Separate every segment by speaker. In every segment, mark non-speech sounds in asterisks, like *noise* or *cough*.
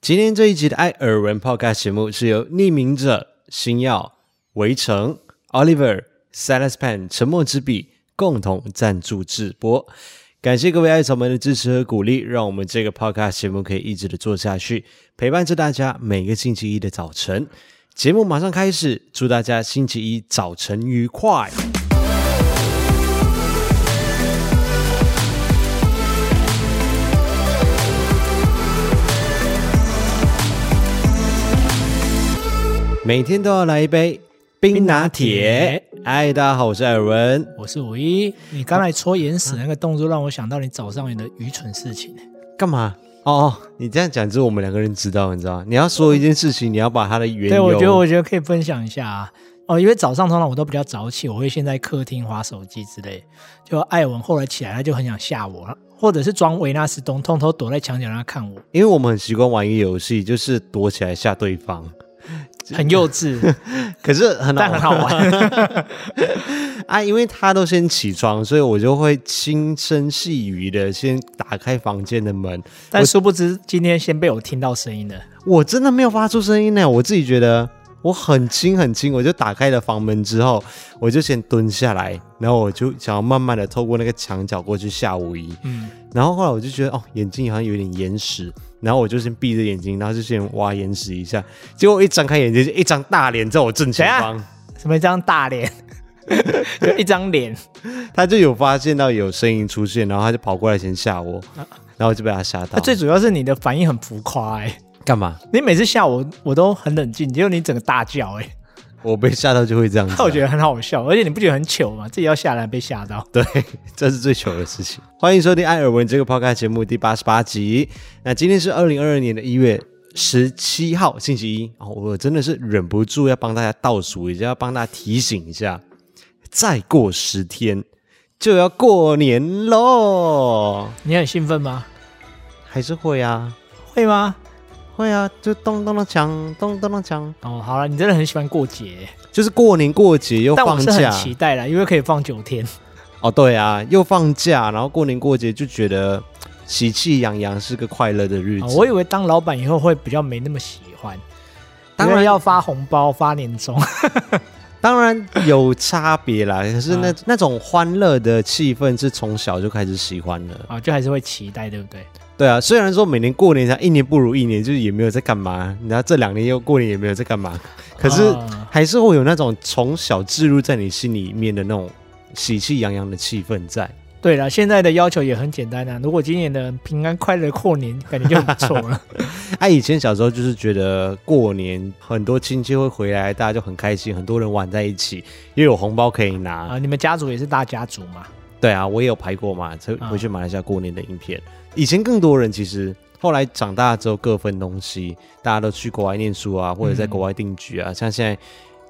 Speaker 1: 今天这一集的《艾尔文 Podcast》节目是由匿名者、星耀、围城、Oliver、Silas Pan、沉默之笔共同赞助制播。感谢各位爱草们的支持和鼓励，让我们这个 Podcast 节目可以一直的做下去，陪伴着大家每个星期一的早晨。节目马上开始，祝大家星期一早晨愉快。每天都要来一杯冰拿铁。嗨，大家好，我是艾文。
Speaker 2: 我是五一，你刚才搓眼屎那个动作让我想到你早上你的愚蠢事情。
Speaker 1: 干嘛？哦，你这样讲只有我们两个人知道，你知道吗？你要说一件事情，你要把它的缘由。
Speaker 2: 对，我觉得我觉得可以分享一下啊。哦，因为早上通常我都比较早起，我会先在客厅划手机之类。就艾文后来起来，他就很想吓我，或者是装维纳斯东，偷偷躲在墙角让他看我，
Speaker 1: 因为我们很习惯玩一个游戏，就是躲起来吓对
Speaker 2: *laughs*
Speaker 1: 方，
Speaker 2: *laughs* 很幼 *laughs* 稚，
Speaker 1: 可是很
Speaker 2: 但
Speaker 1: 难
Speaker 2: 很好玩。
Speaker 1: *laughs* 啊，因为他都先起床，所以我就会轻声细语的先打开房间的门。
Speaker 2: 但殊不知今天先被我听到声音了。
Speaker 1: 我真的没有发出声音呢，我自己觉得我很轻很轻，我就打开了房门之后，我就先蹲下来，然后我就想要慢慢的透过那个墙角过去吓五一，
Speaker 2: 嗯，
Speaker 1: 然后后来我就觉得哦眼睛好像有点眼屎，然后我就先闭着眼睛，然后就先挖眼屎一下，结果我一张开眼睛就一张大脸在我正
Speaker 2: 哎
Speaker 1: 前方，
Speaker 2: 什么一张大 *laughs* 脸，就一张脸，
Speaker 1: 他就有发现到有声音出现，然后他就跑过来先吓我，然后我就被他吓到。
Speaker 2: 那最主要是你的反应很浮夸哎、
Speaker 1: 干嘛？
Speaker 2: 你每次吓我，我都很冷静，结果你整个大叫哎、
Speaker 1: 我被吓到就会这样子、啊
Speaker 2: *laughs* 那我觉
Speaker 1: 得
Speaker 2: 得很好笑，而且你不觉得很糗吗？自己要下来被吓到，
Speaker 1: 对，这是最糗的事情。欢迎收听《艾尔文》这个 podcast 节目第八十八集。那今天是二零二二年的一月十七号，星期一。哦，我真的是忍不住要帮大家倒数一下，要帮大家提醒一下，再过十天就要过年喽。
Speaker 2: 你很兴奋吗？
Speaker 1: 还是会啊，
Speaker 2: 会吗？
Speaker 1: 会啊，就咚咚咚锵，咚咚咚锵，
Speaker 2: 哦，好了，你真的很喜欢过节，
Speaker 1: 就是过年过节又
Speaker 2: 但我
Speaker 1: 放
Speaker 2: 是
Speaker 1: 假
Speaker 2: 很。期待啦，因为可以放九天。
Speaker 1: 哦，对啊，又放假，然后过年过节就觉得喜气洋洋是个快乐的日子。
Speaker 2: 哦我以为当老板以后会比较没那么喜欢，
Speaker 1: 当然
Speaker 2: 因为要发红包、发年终， *laughs*
Speaker 1: 当然有差别啦，可是那、那种欢乐的气氛是从小就开始喜欢的。
Speaker 2: 啊，就还是会期待，对不对？
Speaker 1: 对啊，虽然说每年过年才一年不如一年，就是也没有在干嘛，然后这两年又过年也没有在干嘛，可是
Speaker 2: 啊
Speaker 1: 还是会有那种从小置入在你心里面的那种喜气洋洋的气氛在。
Speaker 2: 对了，现在的要求也很简单啊，如果今年的平安快乐过年，感觉就很不错
Speaker 1: *laughs*
Speaker 2: 了。
Speaker 1: 哎、以前小时候就是觉得过年很多亲戚会回来，大家就很开心，很多人玩在一起，又有红包可以拿。
Speaker 2: 啊，你们家族也是大家族嘛？
Speaker 1: 对啊，我也有拍过嘛，这
Speaker 2: 啊
Speaker 1: 回去马来西亚过年的影片。以前更多人其实后来长大之后各分东西，大家都去国外念书啊，或者在国外定居
Speaker 2: 嗯
Speaker 1: 啊。像现在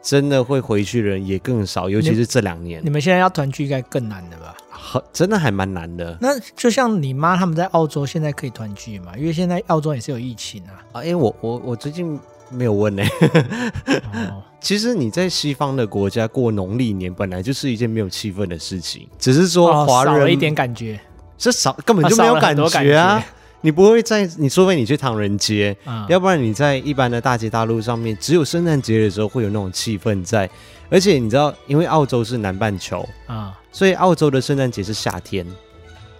Speaker 1: 真的会回去的人也更少，尤其是这两年
Speaker 2: 你，们现在要团聚应该更难了吧？
Speaker 1: 很真的还蛮难的。
Speaker 2: 那就像你妈他们在澳洲现在可以团聚嘛？因为现在澳洲也是有疫情
Speaker 1: *laughs*
Speaker 2: 啊。
Speaker 1: 啊，哎，我我我最近没有问呢、
Speaker 2: 欸哦，
Speaker 1: *laughs* 其实你在西方的国家过农历年本来就是一件没有气氛的事情，只是说
Speaker 2: 哦
Speaker 1: 华
Speaker 2: 少了
Speaker 1: 人
Speaker 2: 一点感觉
Speaker 1: 这少根本就没有
Speaker 2: 啊少了很多
Speaker 1: 觉
Speaker 2: 感
Speaker 1: 啊
Speaker 2: 觉。
Speaker 1: 你不会在，你除非你去唐人街，
Speaker 2: 啊。
Speaker 1: 要不然你在一般的大街大路上面，只有圣诞节的时候会有那种气氛在。而且你知道，因为澳洲是南半球，
Speaker 2: 啊、
Speaker 1: 所以澳洲的圣诞节是夏天，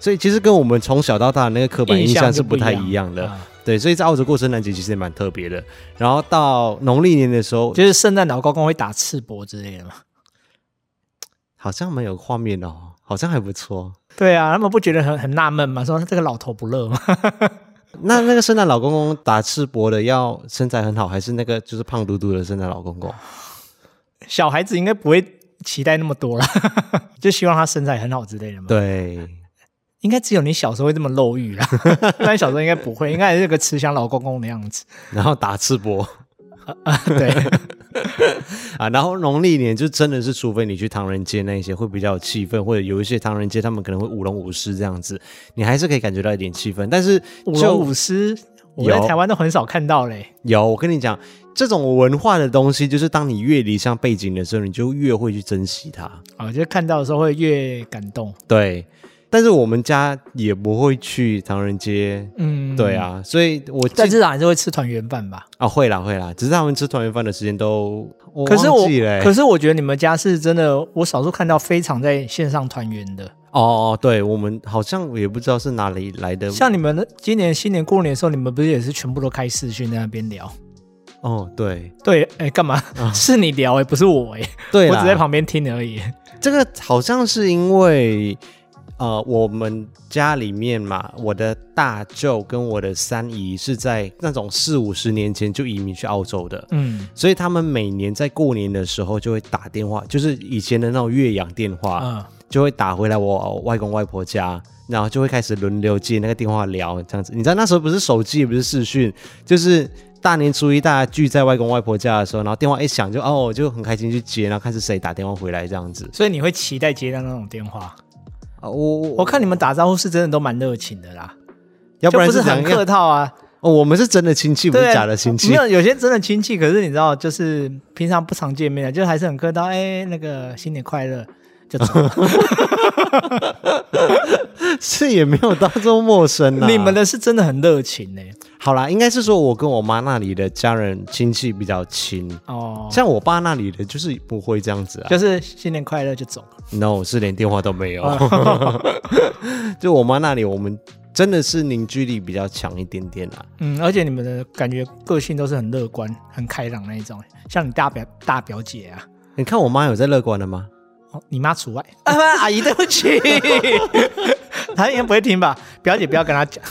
Speaker 1: 所以其实跟我们从小到大的那个刻板印象是不太一样的。
Speaker 2: 啊
Speaker 1: 对，所以在澳洲过圣诞节其实也蛮特别的。然后到农历年的时候，
Speaker 2: 就是圣诞老公公会打赤膊之类的嘛。
Speaker 1: 好像蛮有画面哦，好像还不错。
Speaker 2: 对啊，他们不觉得很很纳闷吗？说这个老头不热吗？ *laughs*
Speaker 1: 那那个圣诞老公公打赤膊的，要身材很好，还是那个就是胖嘟嘟的圣诞老公公？
Speaker 2: 小孩子应该不会期待那么多了， *laughs* 就希望他身材很好之类的嘛。，
Speaker 1: 对，
Speaker 2: 应该只有你小时候会这么肉欲啦， *laughs* 但小时候应该不会，应该还是个慈祥老公公的样子。
Speaker 1: 然后打赤膊。 *laughs*
Speaker 2: 对，
Speaker 1: 啊，然后农历年就真的是，除非你去唐人街那一些会比较有气氛，或者有一些唐人街他们可能会舞龙舞狮这样子，你还是可以感觉到一点气氛。但是
Speaker 2: 舞
Speaker 1: 就
Speaker 2: 龙舞狮，我在
Speaker 1: 有
Speaker 2: 台湾都很少看到嘞。
Speaker 1: 有，我跟你讲，这种文化的东西，就是当你越离上背景的时候，你就越会去珍惜它。
Speaker 2: 啊，就是看到的时候会越感动。
Speaker 1: 对，但是我们家也不会去唐人街，
Speaker 2: 嗯，
Speaker 1: 对。啊，所以我记
Speaker 2: 但至少还是会吃团圆饭吧。
Speaker 1: 啊会啦会啦，只是他们吃团圆饭的时间都我
Speaker 2: 可是
Speaker 1: 忘
Speaker 2: 我
Speaker 1: 记了欸、，
Speaker 2: 可是我觉得你们家是真的，我少数看到非常在线上团圆的。
Speaker 1: 哦哦，对我们好像也不知道是哪里来的，
Speaker 2: 像你们的今年新年过年的时候，你们不是也是全部都开视讯在那边聊？
Speaker 1: 哦对
Speaker 2: 对，哎，干嘛？ *laughs* 是你聊哎、不是我哎、
Speaker 1: 嗯对
Speaker 2: 我
Speaker 1: 啦，
Speaker 2: 只在旁边听而已。
Speaker 1: 这个好像是因为，呃，我们家里面嘛，我的大舅跟我的三姨是在那种四五十年前就移民去澳洲的，
Speaker 2: 嗯
Speaker 1: 所以他们每年在过年的时候就会打电话，就是以前的那种岳阳电话，
Speaker 2: 嗯，
Speaker 1: 就会打回来我外公外婆家，然后就会开始轮流接那个电话聊这样子。你知道那时候不是手机也不是视讯，就是大年初一大家聚在外公外婆家的时候，然后电话一响就哦就很开心去接，然后看是谁打电话回来这样子。
Speaker 2: 所以你会期待接到那种电话？
Speaker 1: 啊，我
Speaker 2: 我看你们打招呼是真的都蛮热情的啦，
Speaker 1: 要不然
Speaker 2: 就
Speaker 1: 是
Speaker 2: 不是
Speaker 1: 怎
Speaker 2: 很客
Speaker 1: 样？
Speaker 2: 套啊。
Speaker 1: 哦，我们是真的亲戚，不是
Speaker 2: 对啊
Speaker 1: 假的亲戚
Speaker 2: 没。有，有些真的亲戚，可是你知道，就是平常不常见面的，啊就还是很客套。哎，那个新年快乐，就走。
Speaker 1: *laughs* 是也没有到 *laughs* 这么陌生啊。
Speaker 2: 你们的是真的很热情欸呢、
Speaker 1: 好啦，应该是说我跟我妈那里的家人亲戚比较亲，
Speaker 2: 哦，
Speaker 1: 像我爸那里的就是不会这样子啊。
Speaker 2: 就是新年快乐就走。
Speaker 1: no，是连电话都没
Speaker 2: 哦
Speaker 1: 有。 *laughs* 就我妈那里，我们真的是凝聚力比较强一点点啦。
Speaker 2: 嗯，而且你们的感觉个性都是很乐观、很开朗那一种，像你大表大表姐啊，
Speaker 1: 你看我妈有在乐观的吗？ *laughs*
Speaker 2: 哦，你妈除外。啊，阿姨，对不起， *laughs* 她应该不会听吧？表姐不要跟她讲。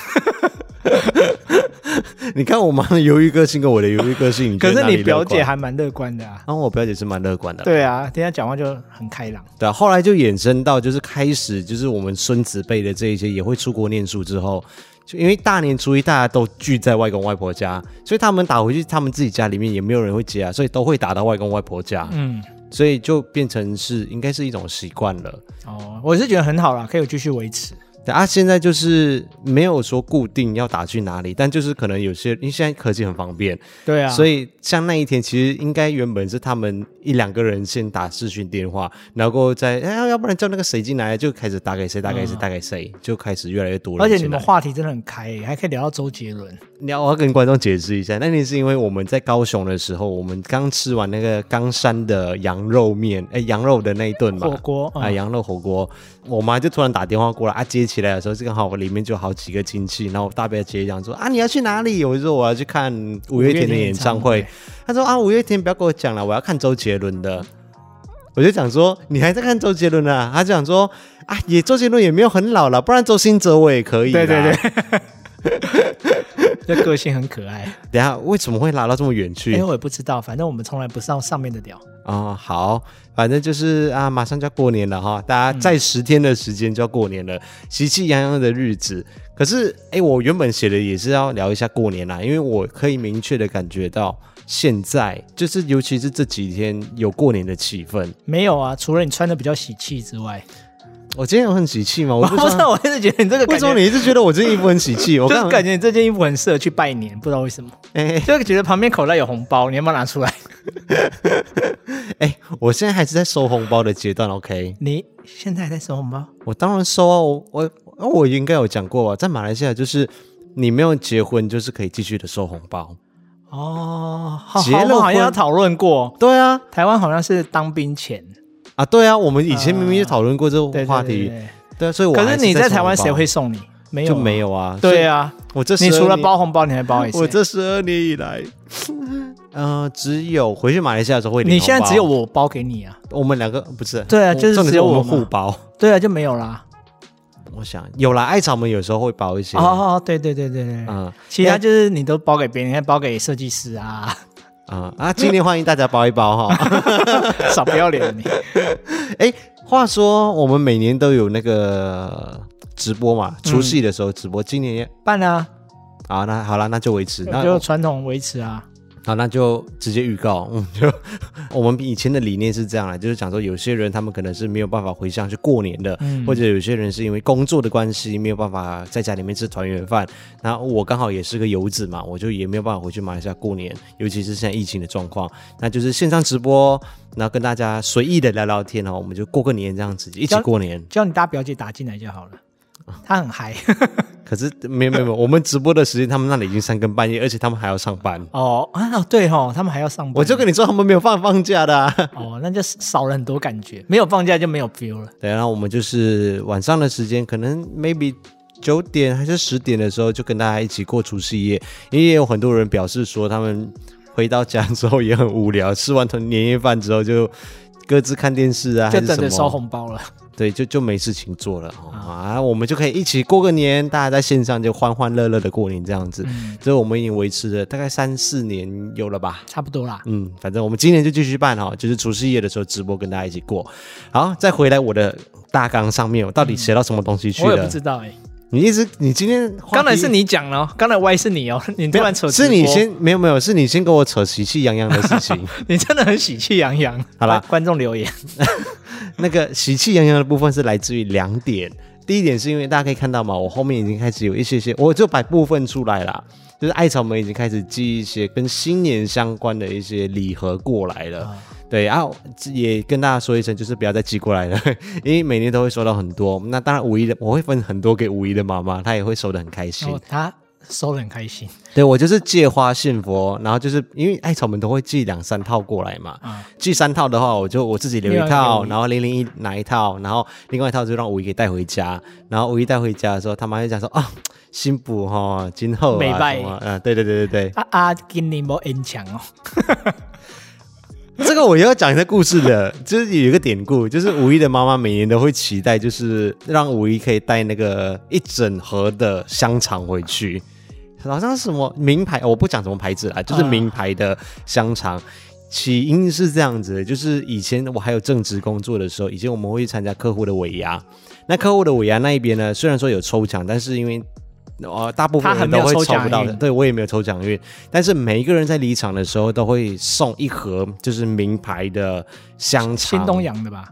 Speaker 1: 你看我妈的忧郁个性 *laughs* 跟我的忧郁个性，你觉
Speaker 2: 可
Speaker 1: 得
Speaker 2: 是
Speaker 1: 哪里
Speaker 2: 你表姐
Speaker 1: 乐观，
Speaker 2: 还蛮乐观的啊。
Speaker 1: 然后我表姐是蛮乐观的啦。
Speaker 2: 对啊，听她讲话就很开朗。
Speaker 1: 对啊，后来就衍生到就是开始就是我们孙子辈的这一些也会出国念书之后，就因为大年初一大家都聚在外公外婆家，所以他们打回去他们自己家里面也没有人会接啊，所以都会打到外公外婆家，
Speaker 2: 嗯，
Speaker 1: 所以就变成是应该是一种习惯了。
Speaker 2: 哦，我是觉得很好啦，可以继续维持。
Speaker 1: 对啊，现在就是没有说固定要打去哪里，但就是可能有些因为现在科技很方便，
Speaker 2: 对啊，
Speaker 1: 所
Speaker 2: 以
Speaker 1: 以像那一天，其实应该原本是他们一两个人先打视讯电话，然后再哎，要不然叫那个谁进来，就开始打给谁，打给谁，
Speaker 2: 嗯
Speaker 1: 打给谁，就开始越来越多人
Speaker 2: 而
Speaker 1: 进来。
Speaker 2: 且你们话题真的很开、还可以聊到周杰 *laughs* 伦。
Speaker 1: 你要我要跟观众解释一下，那天是因为我们在高雄的时候，我们刚吃完那个冈山的羊肉面，哎，羊肉的那一顿嘛，
Speaker 2: 火锅
Speaker 1: 啊，
Speaker 2: 嗯
Speaker 1: 羊肉火锅，我妈就突然打电话过来啊，接起来的时候，刚好里面就好几个亲戚，然后我大伯姐讲说啊，你要去哪里？我就说我要去看五月天的演唱
Speaker 2: 五月
Speaker 1: 会
Speaker 2: 天演。
Speaker 1: 她说啊，五月天不要跟我讲了，我要看周杰伦的。我就讲说你还在看周杰伦啊？她讲说啊，也周杰伦也没有很老了，不然周兴哲我也可以。
Speaker 2: 对对对，。这个性很
Speaker 1: *laughs*
Speaker 2: 可爱，
Speaker 1: 等一下为什么会拉到这么远去
Speaker 2: *laughs* 因为？我也不知道，反正我们从来不上上面的聊。
Speaker 1: 哦，好，反正就是啊，马上就要过年了哈，大家在十天的时间就要过年了，喜气洋洋的日子。可是，哎，我原本写的也是要聊一下过年啦，因为我可以明确的感觉到，现在就是尤其是这几天有过年的气氛。
Speaker 2: 没有啊，除了你穿的比较喜气之外，
Speaker 1: 我今天有很喜气吗？我 *laughs*
Speaker 2: 我
Speaker 1: 不
Speaker 2: 不
Speaker 1: 知
Speaker 2: 知
Speaker 1: 道
Speaker 2: 道，我一直觉得你这个
Speaker 1: 为
Speaker 2: 感
Speaker 1: 什么
Speaker 2: 觉，
Speaker 1: 你一直觉得我这件衣服很喜气？我
Speaker 2: 就
Speaker 1: 刚
Speaker 2: 是
Speaker 1: 刚
Speaker 2: 感觉你这件衣服很适合去拜年，不知道为什么，
Speaker 1: 哎
Speaker 2: 就觉得旁边口袋有红包，你要不要拿
Speaker 1: *laughs*
Speaker 2: 出来？
Speaker 1: 哎，我现在还是在收红包的阶段，OK？
Speaker 2: 你现在还在收红包？
Speaker 1: 我当然收啊，我我哦我应该有讲过吧，在马来西亚就是你没有结婚就是可以继续的收红包。
Speaker 2: 哦，好，
Speaker 1: 结了
Speaker 2: 好我们好
Speaker 1: 婚
Speaker 2: 像有讨论过，
Speaker 1: 对啊，
Speaker 2: 台湾好像是当兵前
Speaker 1: 啊对啊，我们以前明明就讨论过这
Speaker 2: 对
Speaker 1: 个
Speaker 2: 对
Speaker 1: 话
Speaker 2: 对
Speaker 1: 题，
Speaker 2: 对对
Speaker 1: 对啊，所以我
Speaker 2: 可
Speaker 1: 还
Speaker 2: 是
Speaker 1: 是
Speaker 2: 你
Speaker 1: 在
Speaker 2: 在
Speaker 1: 收
Speaker 2: 台湾
Speaker 1: 红包
Speaker 2: 谁会送你？没有
Speaker 1: 就
Speaker 2: 啊，
Speaker 1: 没有啊？
Speaker 2: 对
Speaker 1: 啊，
Speaker 2: 啊，
Speaker 1: 我这
Speaker 2: 你
Speaker 1: 12
Speaker 2: 除了
Speaker 1: 年，
Speaker 2: 包红包，你还包一次。
Speaker 1: 我这十二年以来， *laughs* 呃，只有回去马来西亚的时候会领
Speaker 2: 你
Speaker 1: 红
Speaker 2: 现在只有
Speaker 1: 包
Speaker 2: 我包给你啊？
Speaker 1: 我们两个不是
Speaker 2: 对啊就是
Speaker 1: 重点
Speaker 2: 只有
Speaker 1: 我
Speaker 2: 我
Speaker 1: 们
Speaker 2: 嘛
Speaker 1: 互包。
Speaker 2: 对啊，就没有啦。
Speaker 1: 我想有啦，艾草我们有时候会包一些
Speaker 2: 哦，哦，哦对对对对对，
Speaker 1: 啊嗯
Speaker 2: 其他就是你都包给别人，还包给设计师啊，
Speaker 1: *laughs* 啊啊！今天欢迎大家包一包哈。 *laughs*
Speaker 2: 少不要脸你。
Speaker 1: 哎，话说我们每年都有那个直播嘛，
Speaker 2: 嗯
Speaker 1: 除夕的时候直播，今年也
Speaker 2: 办啊，
Speaker 1: 啊，那好了，那就维持，那
Speaker 2: 就传统维持啊。
Speaker 1: 好，那就直接预告， *laughs* 嗯，就我们以前的理念是这样啦，就是讲说有些人他们可能是没有办法回乡去过年的，
Speaker 2: 嗯
Speaker 1: 或者有些人是因为工作的关系没有办法在家里面吃团圆饭。那我刚好也是个游子嘛，我就也没有办法回去马来西亚过年，尤其是现在疫情的状况，那就是线上直播，然后跟大家随意的聊聊天哦，我们就过个年这样子，一起过年。
Speaker 2: 叫你大表姐打进来就好了。他
Speaker 1: *laughs*
Speaker 2: 很嗨
Speaker 1: 可是没有没有没有，我们直播的时间他们那里已经三更半夜，而且他们还要上班。
Speaker 2: *laughs* 哦啊，对哦，他们还要上班，
Speaker 1: 我就跟你说，他们没有放放假的、啊。
Speaker 2: 哦，那就少了很多感觉，没有放假就没有 feel 了。
Speaker 1: 对，然后我们就是晚上的时间，可能 maybe 九点还是十点的时候，就跟大家一起过除夕夜。因为也有很多人表示说，他们回到家之后也很无聊，吃完团年夜饭之后就各自看电视啊，
Speaker 2: 就
Speaker 1: 还是
Speaker 2: 等着
Speaker 1: 什
Speaker 2: 收
Speaker 1: 么？
Speaker 2: 红包了。
Speaker 1: 对，就就没事情做了、哦、啊，我们就可以一起过个年，大家在线上就欢欢乐乐的过年这样子。
Speaker 2: 嗯，
Speaker 1: 这我们已经维持了大概三四年有了吧。
Speaker 2: 差不多啦。
Speaker 1: 嗯，反正我们今年就继续办哈，就是除夕夜的时候直播跟大家一起过。好，再回来我的大纲上面，我到底写到什么东西去
Speaker 2: 我也
Speaker 1: 了
Speaker 2: 不？知道哎、
Speaker 1: 你一直你今天话题
Speaker 2: 刚才是你讲了哦，刚才 Y 是你哦，你突
Speaker 1: 没有
Speaker 2: 然扯
Speaker 1: 是
Speaker 2: 直播
Speaker 1: 你，先没有没有是你先跟我扯喜气洋洋的事情。
Speaker 2: *laughs* 你真的很喜气洋洋。
Speaker 1: 好啦
Speaker 2: 观观众留言，
Speaker 1: *laughs* 那个喜气洋洋的部分是来自于两点，第一点是因为大家可以看到嘛，我后面已经开始有一些些，我就把部分出来啦。就是艾草们已经开始寄一些跟新年相关的一些礼盒过来了，对，然、后也跟大家说一声，就是不要再寄过来了，因为每年都会收到很多。那当然五一的我会分很多给五一的妈妈，她也会收的很开心。
Speaker 2: 哦，他收的很开心。
Speaker 1: 对我就是借花献佛，然后就是因为艾草们都会寄两三套过来嘛，
Speaker 2: 啊
Speaker 1: 寄三套的话，我就我自己留一
Speaker 2: 另外一
Speaker 1: 套，
Speaker 2: 个给
Speaker 1: 然后零零一拿一套，然后另外一套就让五一给带回家，然后五一带回家的时候，他妈就讲说啊，新补哈，今后
Speaker 2: 美
Speaker 1: 啊
Speaker 2: 拜
Speaker 1: 什么，嗯、对对对对
Speaker 2: 啊啊，今年没很强哦，
Speaker 1: 对， *laughs* 这个我要讲一个故事的，就是有一个典故，就是五一的妈妈每年都会期待，就是让五一可以带那个一整盒的香肠回去。好像是什么名牌，我不讲什么牌子啦，就是名牌的香肠。起因是这样子的，就是以前我还有正职工作的时候，以前我们会去参加客户的尾牙。那客户的尾牙那一边呢，虽然说有抽奖，但是因为呃大部分
Speaker 2: 他
Speaker 1: 人
Speaker 2: 很没
Speaker 1: 都
Speaker 2: 有
Speaker 1: 会
Speaker 2: 抽
Speaker 1: 抽
Speaker 2: 奖
Speaker 1: 不到的，
Speaker 2: 运
Speaker 1: 对我也没有抽奖运。但是每一个人在离场的时候都会送一盒，就是名牌的香肠。
Speaker 2: 新东阳的吧？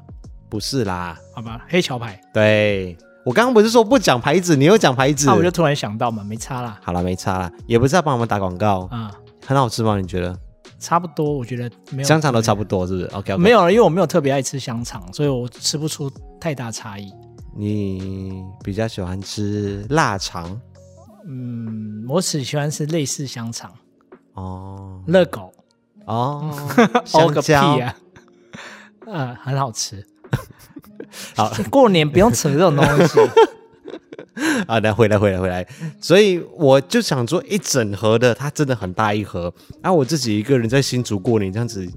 Speaker 1: 不是啦，
Speaker 2: 好吧，黑桥牌。
Speaker 1: 对我刚刚不是说不讲牌子，你又讲牌子。
Speaker 2: 那、啊我就突然想到嘛，没差啦。
Speaker 1: 好了，没差啦，也不是要帮我们打广告，
Speaker 2: 啊、
Speaker 1: 很好吃吗？你觉得？
Speaker 2: 差不多，我觉得没有
Speaker 1: 香肠都差不多，是不是？OK，, o k
Speaker 2: 没有了，啊因为我没有特别爱吃香肠，所以我吃不出太大差异。
Speaker 1: 你比较喜欢吃腊肠
Speaker 2: 嗯，我只喜欢吃类似香肠，
Speaker 1: 哦
Speaker 2: 热狗，，
Speaker 1: 哦香
Speaker 2: *laughs* 哦个屁
Speaker 1: 蕉、
Speaker 2: 啊！呃，很好 *laughs* 吃。
Speaker 1: 好，
Speaker 2: 过年不用扯这种东 *laughs* 西。
Speaker 1: 啊，来回来回来回来，所以我就想做一整盒的，它真的很大一盒，然、后我自己一个人在新竹过年这样子，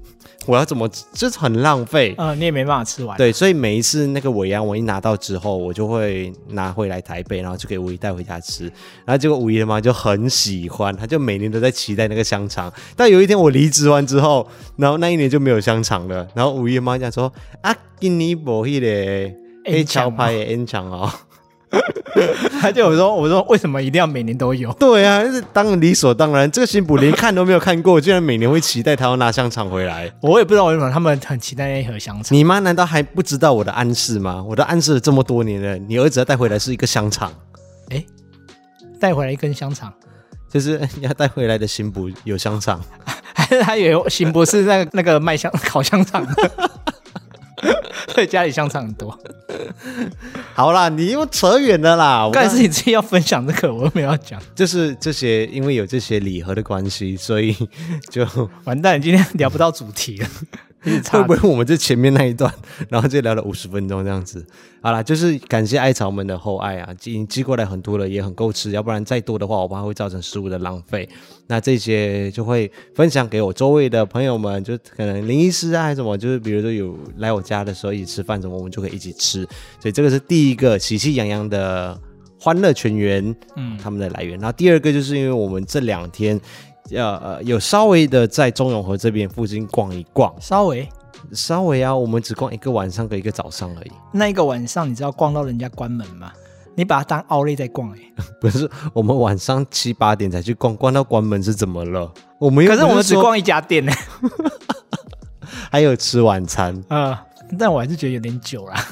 Speaker 1: 我要怎么就是很浪费。
Speaker 2: 呃，你也没办法吃完。，
Speaker 1: 对，所以每一次那个尾牙我一拿到之后，我就会拿回来台北，然后就给五一带回家吃。然后结果五一的妈就很喜欢，她就每年都在期待那个香肠。但有一天我离职完之后，然后那一年就没有香肠了。然后五一的妈讲说：“啊，今年无迄个黑桥牌的 N 肠哦。
Speaker 2: 他就我说我说为什么一定要每年都有”？
Speaker 1: 对啊，这当然理所当然。这个新补连看都没有看过，居然每年会期待他要拿香肠回来。
Speaker 2: 我也不知道为什么他们很期待那一盒香肠。
Speaker 1: 你妈难道还不知道我的暗示吗？我的暗示了这么多年了，你儿子要带回来是一个香肠。
Speaker 2: 哎，带回来一根香肠， *laughs*
Speaker 1: 就是 *laughs* 你要带回来的新补有香肠，
Speaker 2: 还是他以为行博士那个那个卖香烤香肠 *laughs* 的，对，家里香肠很多。
Speaker 1: 好啦，你又扯远了啦。我
Speaker 2: 刚才是你自己要分享这个，我又没有要讲。
Speaker 1: 就是这些，因为有这些礼盒的关系，所以就会
Speaker 2: 完蛋，今天聊不到主题了， *laughs* 一直插
Speaker 1: 不会我们这前面那一段，然后就聊了五十分钟这样子。好啦，就是感谢艾草们的厚爱啊，寄寄过来很多了，也很够吃，要不然再多的话，我怕会造成食物的浪费。那这些就会分享给我周围的朋友们，就可能林医师啊，还是什么，就是比如说有来我家的时候一起吃饭什么，我们就可以一起吃。所以这个是第一个喜气洋洋的欢乐全员，嗯，他们的来源。然后第二个就是因为我们这两天。呃呃，有稍微的在中永和这边附近逛一逛，
Speaker 2: 稍微
Speaker 1: 稍微啊，我们只逛一个晚上跟一个早上而已， *laughs*
Speaker 2: 那一个晚上，你知道逛到人家关门吗？你把它当奥利在逛哎、
Speaker 1: 不是我们晚上七八点才去逛，逛到关门是怎么了？我们又
Speaker 2: 可是
Speaker 1: 不
Speaker 2: 我们只
Speaker 1: 说
Speaker 2: 逛一家店呢、欸
Speaker 1: 还有吃晚餐，
Speaker 2: 呃，但我还是觉得有点久啦。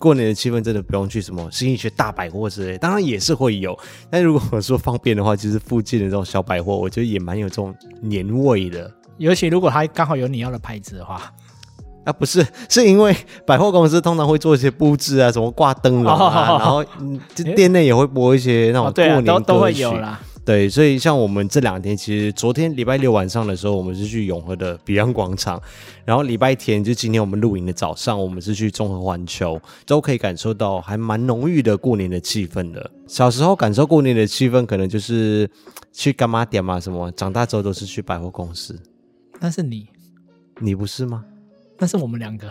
Speaker 1: 过年的气氛真的不用去什么新义区大百货之类，当然也是会有。但如果说方便的话，其实附近的这种小百货，我觉得也蛮有这种年味的。
Speaker 2: 尤其如果它刚好有你要的牌子的话，
Speaker 1: 啊，不是，是因为百货公司通常会做一些布置啊，什么挂灯笼啊，
Speaker 2: 哦
Speaker 1: 然后嗯就店内也会播一些那种
Speaker 2: 哦，
Speaker 1: 过
Speaker 2: 对啊，
Speaker 1: 年歌曲。
Speaker 2: 都都会有啦。
Speaker 1: 对，所以像我们这两天，其实昨天礼拜六晚上的时候，我们是去永和的 Beyond 广场，然后礼拜天就今天我们录影的早上，我们是去综合环球，都可以感受到还蛮浓郁的过年的气氛的。小时候感受过年的气氛，可能就是去干妈点嘛什么，长大之后都是去百货公司，
Speaker 2: 那是你，
Speaker 1: 你不是吗？ *laughs*
Speaker 2: 那是我们两个。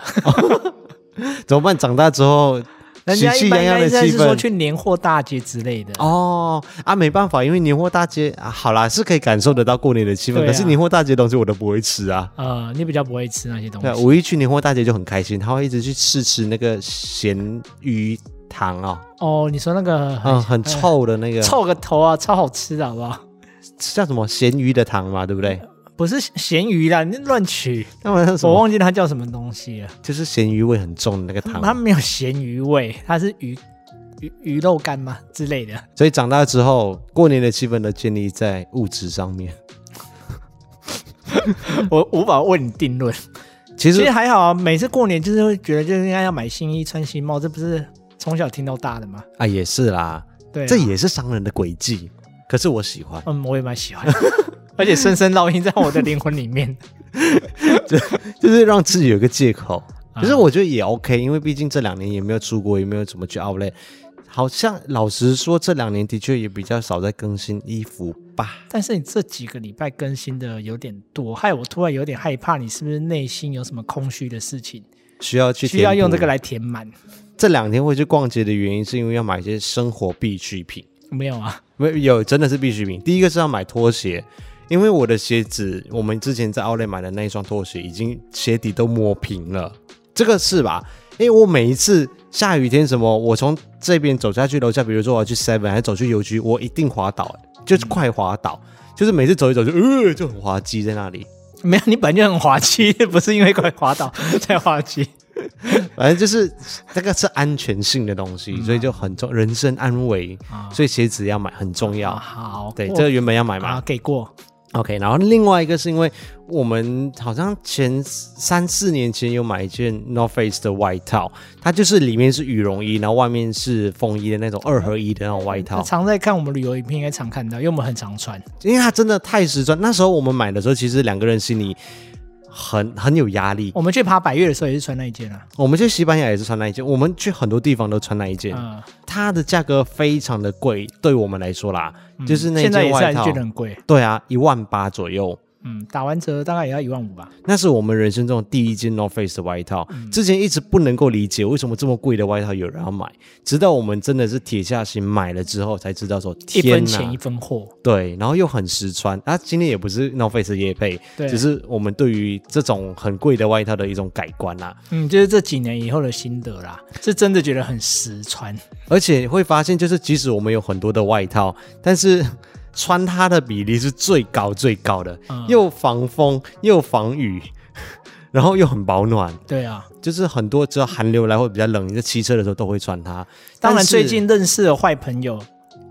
Speaker 1: 怎么办？长大之后
Speaker 2: 人
Speaker 1: 喜
Speaker 2: 家
Speaker 1: 气洋
Speaker 2: 一般
Speaker 1: 洋
Speaker 2: 应
Speaker 1: 的
Speaker 2: 该
Speaker 1: 气
Speaker 2: 是说
Speaker 1: 氛。
Speaker 2: 去年货大街之类的。
Speaker 1: 哦啊，没办法，因为年货大街啊，好啦，是可以感受得到过年的气氛，
Speaker 2: 对啊
Speaker 1: 可是年货大街的东西我都不会吃啊。
Speaker 2: 呃，你比较不会吃那些东
Speaker 1: 对啊，
Speaker 2: 西。
Speaker 1: 五一去年货大街就很开心，他会一直去试吃那个咸鱼糖哦，
Speaker 2: 哦，你说那个
Speaker 1: 嗯，很臭的那个，
Speaker 2: 哎臭个头啊，超好吃的好不好？
Speaker 1: 叫什么咸鱼的糖嘛，对不对？
Speaker 2: 不是咸鱼啦，你乱取，
Speaker 1: 那么那什
Speaker 2: 哎我
Speaker 1: 么，
Speaker 2: 忘记它叫什么东西了。
Speaker 1: 就是咸鱼味很重的那个
Speaker 2: 它
Speaker 1: 糖。
Speaker 2: 没有咸鱼味，它是鱼鱼鱼肉干嘛之类
Speaker 1: *laughs*
Speaker 2: 的。
Speaker 1: 所以长大之后，过年的气氛都建立在物质上面。
Speaker 2: 我无法为你定论。
Speaker 1: 其
Speaker 2: 其
Speaker 1: 实
Speaker 2: 实还好啊，每次过年就是会觉得就是应该要买新衣、穿新帽，这不是从小听到大的吗？
Speaker 1: 啊，也是啦，
Speaker 2: 对啊、
Speaker 1: 这也是商人的诡计。可是我喜欢，
Speaker 2: 嗯，我也
Speaker 1: *laughs*
Speaker 2: 蛮喜欢的，而且深深烙印在我的灵魂里面。
Speaker 1: 就是让自己有一个借口。
Speaker 2: 啊
Speaker 1: 可是我觉得也 OK，因为毕竟这两年也没有出国，也没有怎么去 Outlet。好像老实说，这两年的确也比较少在更新衣服吧。
Speaker 2: 但是你这几个礼拜更新的有点多，害我突然有点害怕，你是不是内心有什么空虚的事情，
Speaker 1: 需要去
Speaker 2: 需要
Speaker 1: 填补
Speaker 2: 用这个。来填满？
Speaker 1: 这两天会去逛街的原因，是因为要买一些生活必需品。
Speaker 2: 没有啊，
Speaker 1: 没有，真的是必需品。第一个是要买拖鞋，因为我的鞋子，我们之前在奥莱买的那一双拖鞋，已经鞋底都磨平了，这个是吧？因为我每一次下雨天什么，我从这边走下去楼下，比如说我要去 Seven 还是走去邮局，我一定滑倒，就是快滑倒，就是每次走一走就呃就很滑稽在那里。
Speaker 2: 没有，你本来就很滑稽，不是因为快滑倒才
Speaker 1: *laughs*
Speaker 2: 滑稽。
Speaker 1: 反正就是那个是安全性的东西，所以就很重，人身安危，
Speaker 2: 嗯啊
Speaker 1: 所以鞋子要买很重
Speaker 2: 啊，
Speaker 1: 要。
Speaker 2: 好，
Speaker 1: 对，
Speaker 2: 我
Speaker 1: 这个原本要买嘛，
Speaker 2: 啊给过，
Speaker 1: OK，然后另外一个是因为我们好像前三四年前有买一件 North Face 的外套，它就是里面是羽绒衣，然后外面是风衣的那种二合一的那种外套，
Speaker 2: 常在看我们旅游影片，应该常看到，因为我们很常穿。
Speaker 1: 因为它真的太实穿。那时候我们买的时候，其实两个人心里很很有压力。
Speaker 2: 我们去爬百越的时候也是穿那一件啊，
Speaker 1: 我们去西班牙也是穿那一件，我们去很多地方都穿那一件，
Speaker 2: 嗯，
Speaker 1: 它的价格非常的贵，对我们来说啦，就是那
Speaker 2: 嗯现在
Speaker 1: 件
Speaker 2: 也是
Speaker 1: 外
Speaker 2: 还是
Speaker 1: 套
Speaker 2: 觉，得很贵，
Speaker 1: 对啊，一万八左右。
Speaker 2: 嗯，打完折大概也要一万五吧。
Speaker 1: 那是我们人生中第一件 North Face 的外套，
Speaker 2: 嗯
Speaker 1: 之前一直不能够理解为什么这么贵的外套有人要买，直到我们真的是铁下心买了之后才知道说，
Speaker 2: 一
Speaker 1: 天
Speaker 2: 分钱
Speaker 1: 呐
Speaker 2: 一，分货，
Speaker 1: 对，然后又很实穿。啊，今天也不是 North Face 也配，
Speaker 2: 对
Speaker 1: 只是我们对于这种很贵的外套的一种改观啦、
Speaker 2: 嗯，就是这几年以后的心得啦，是真的觉得很实穿，
Speaker 1: 而且会发现，就是即使我们有很多的外套，但是 *laughs* 穿它的比例是最高最高的，
Speaker 2: 嗯
Speaker 1: 又防风又防雨， *laughs* 然后又很保暖。
Speaker 2: 对啊。
Speaker 1: 就是很多只要寒流来或比较冷，你在骑车的时候都会穿它。
Speaker 2: 当然，
Speaker 1: 但是
Speaker 2: 最近认识了坏朋友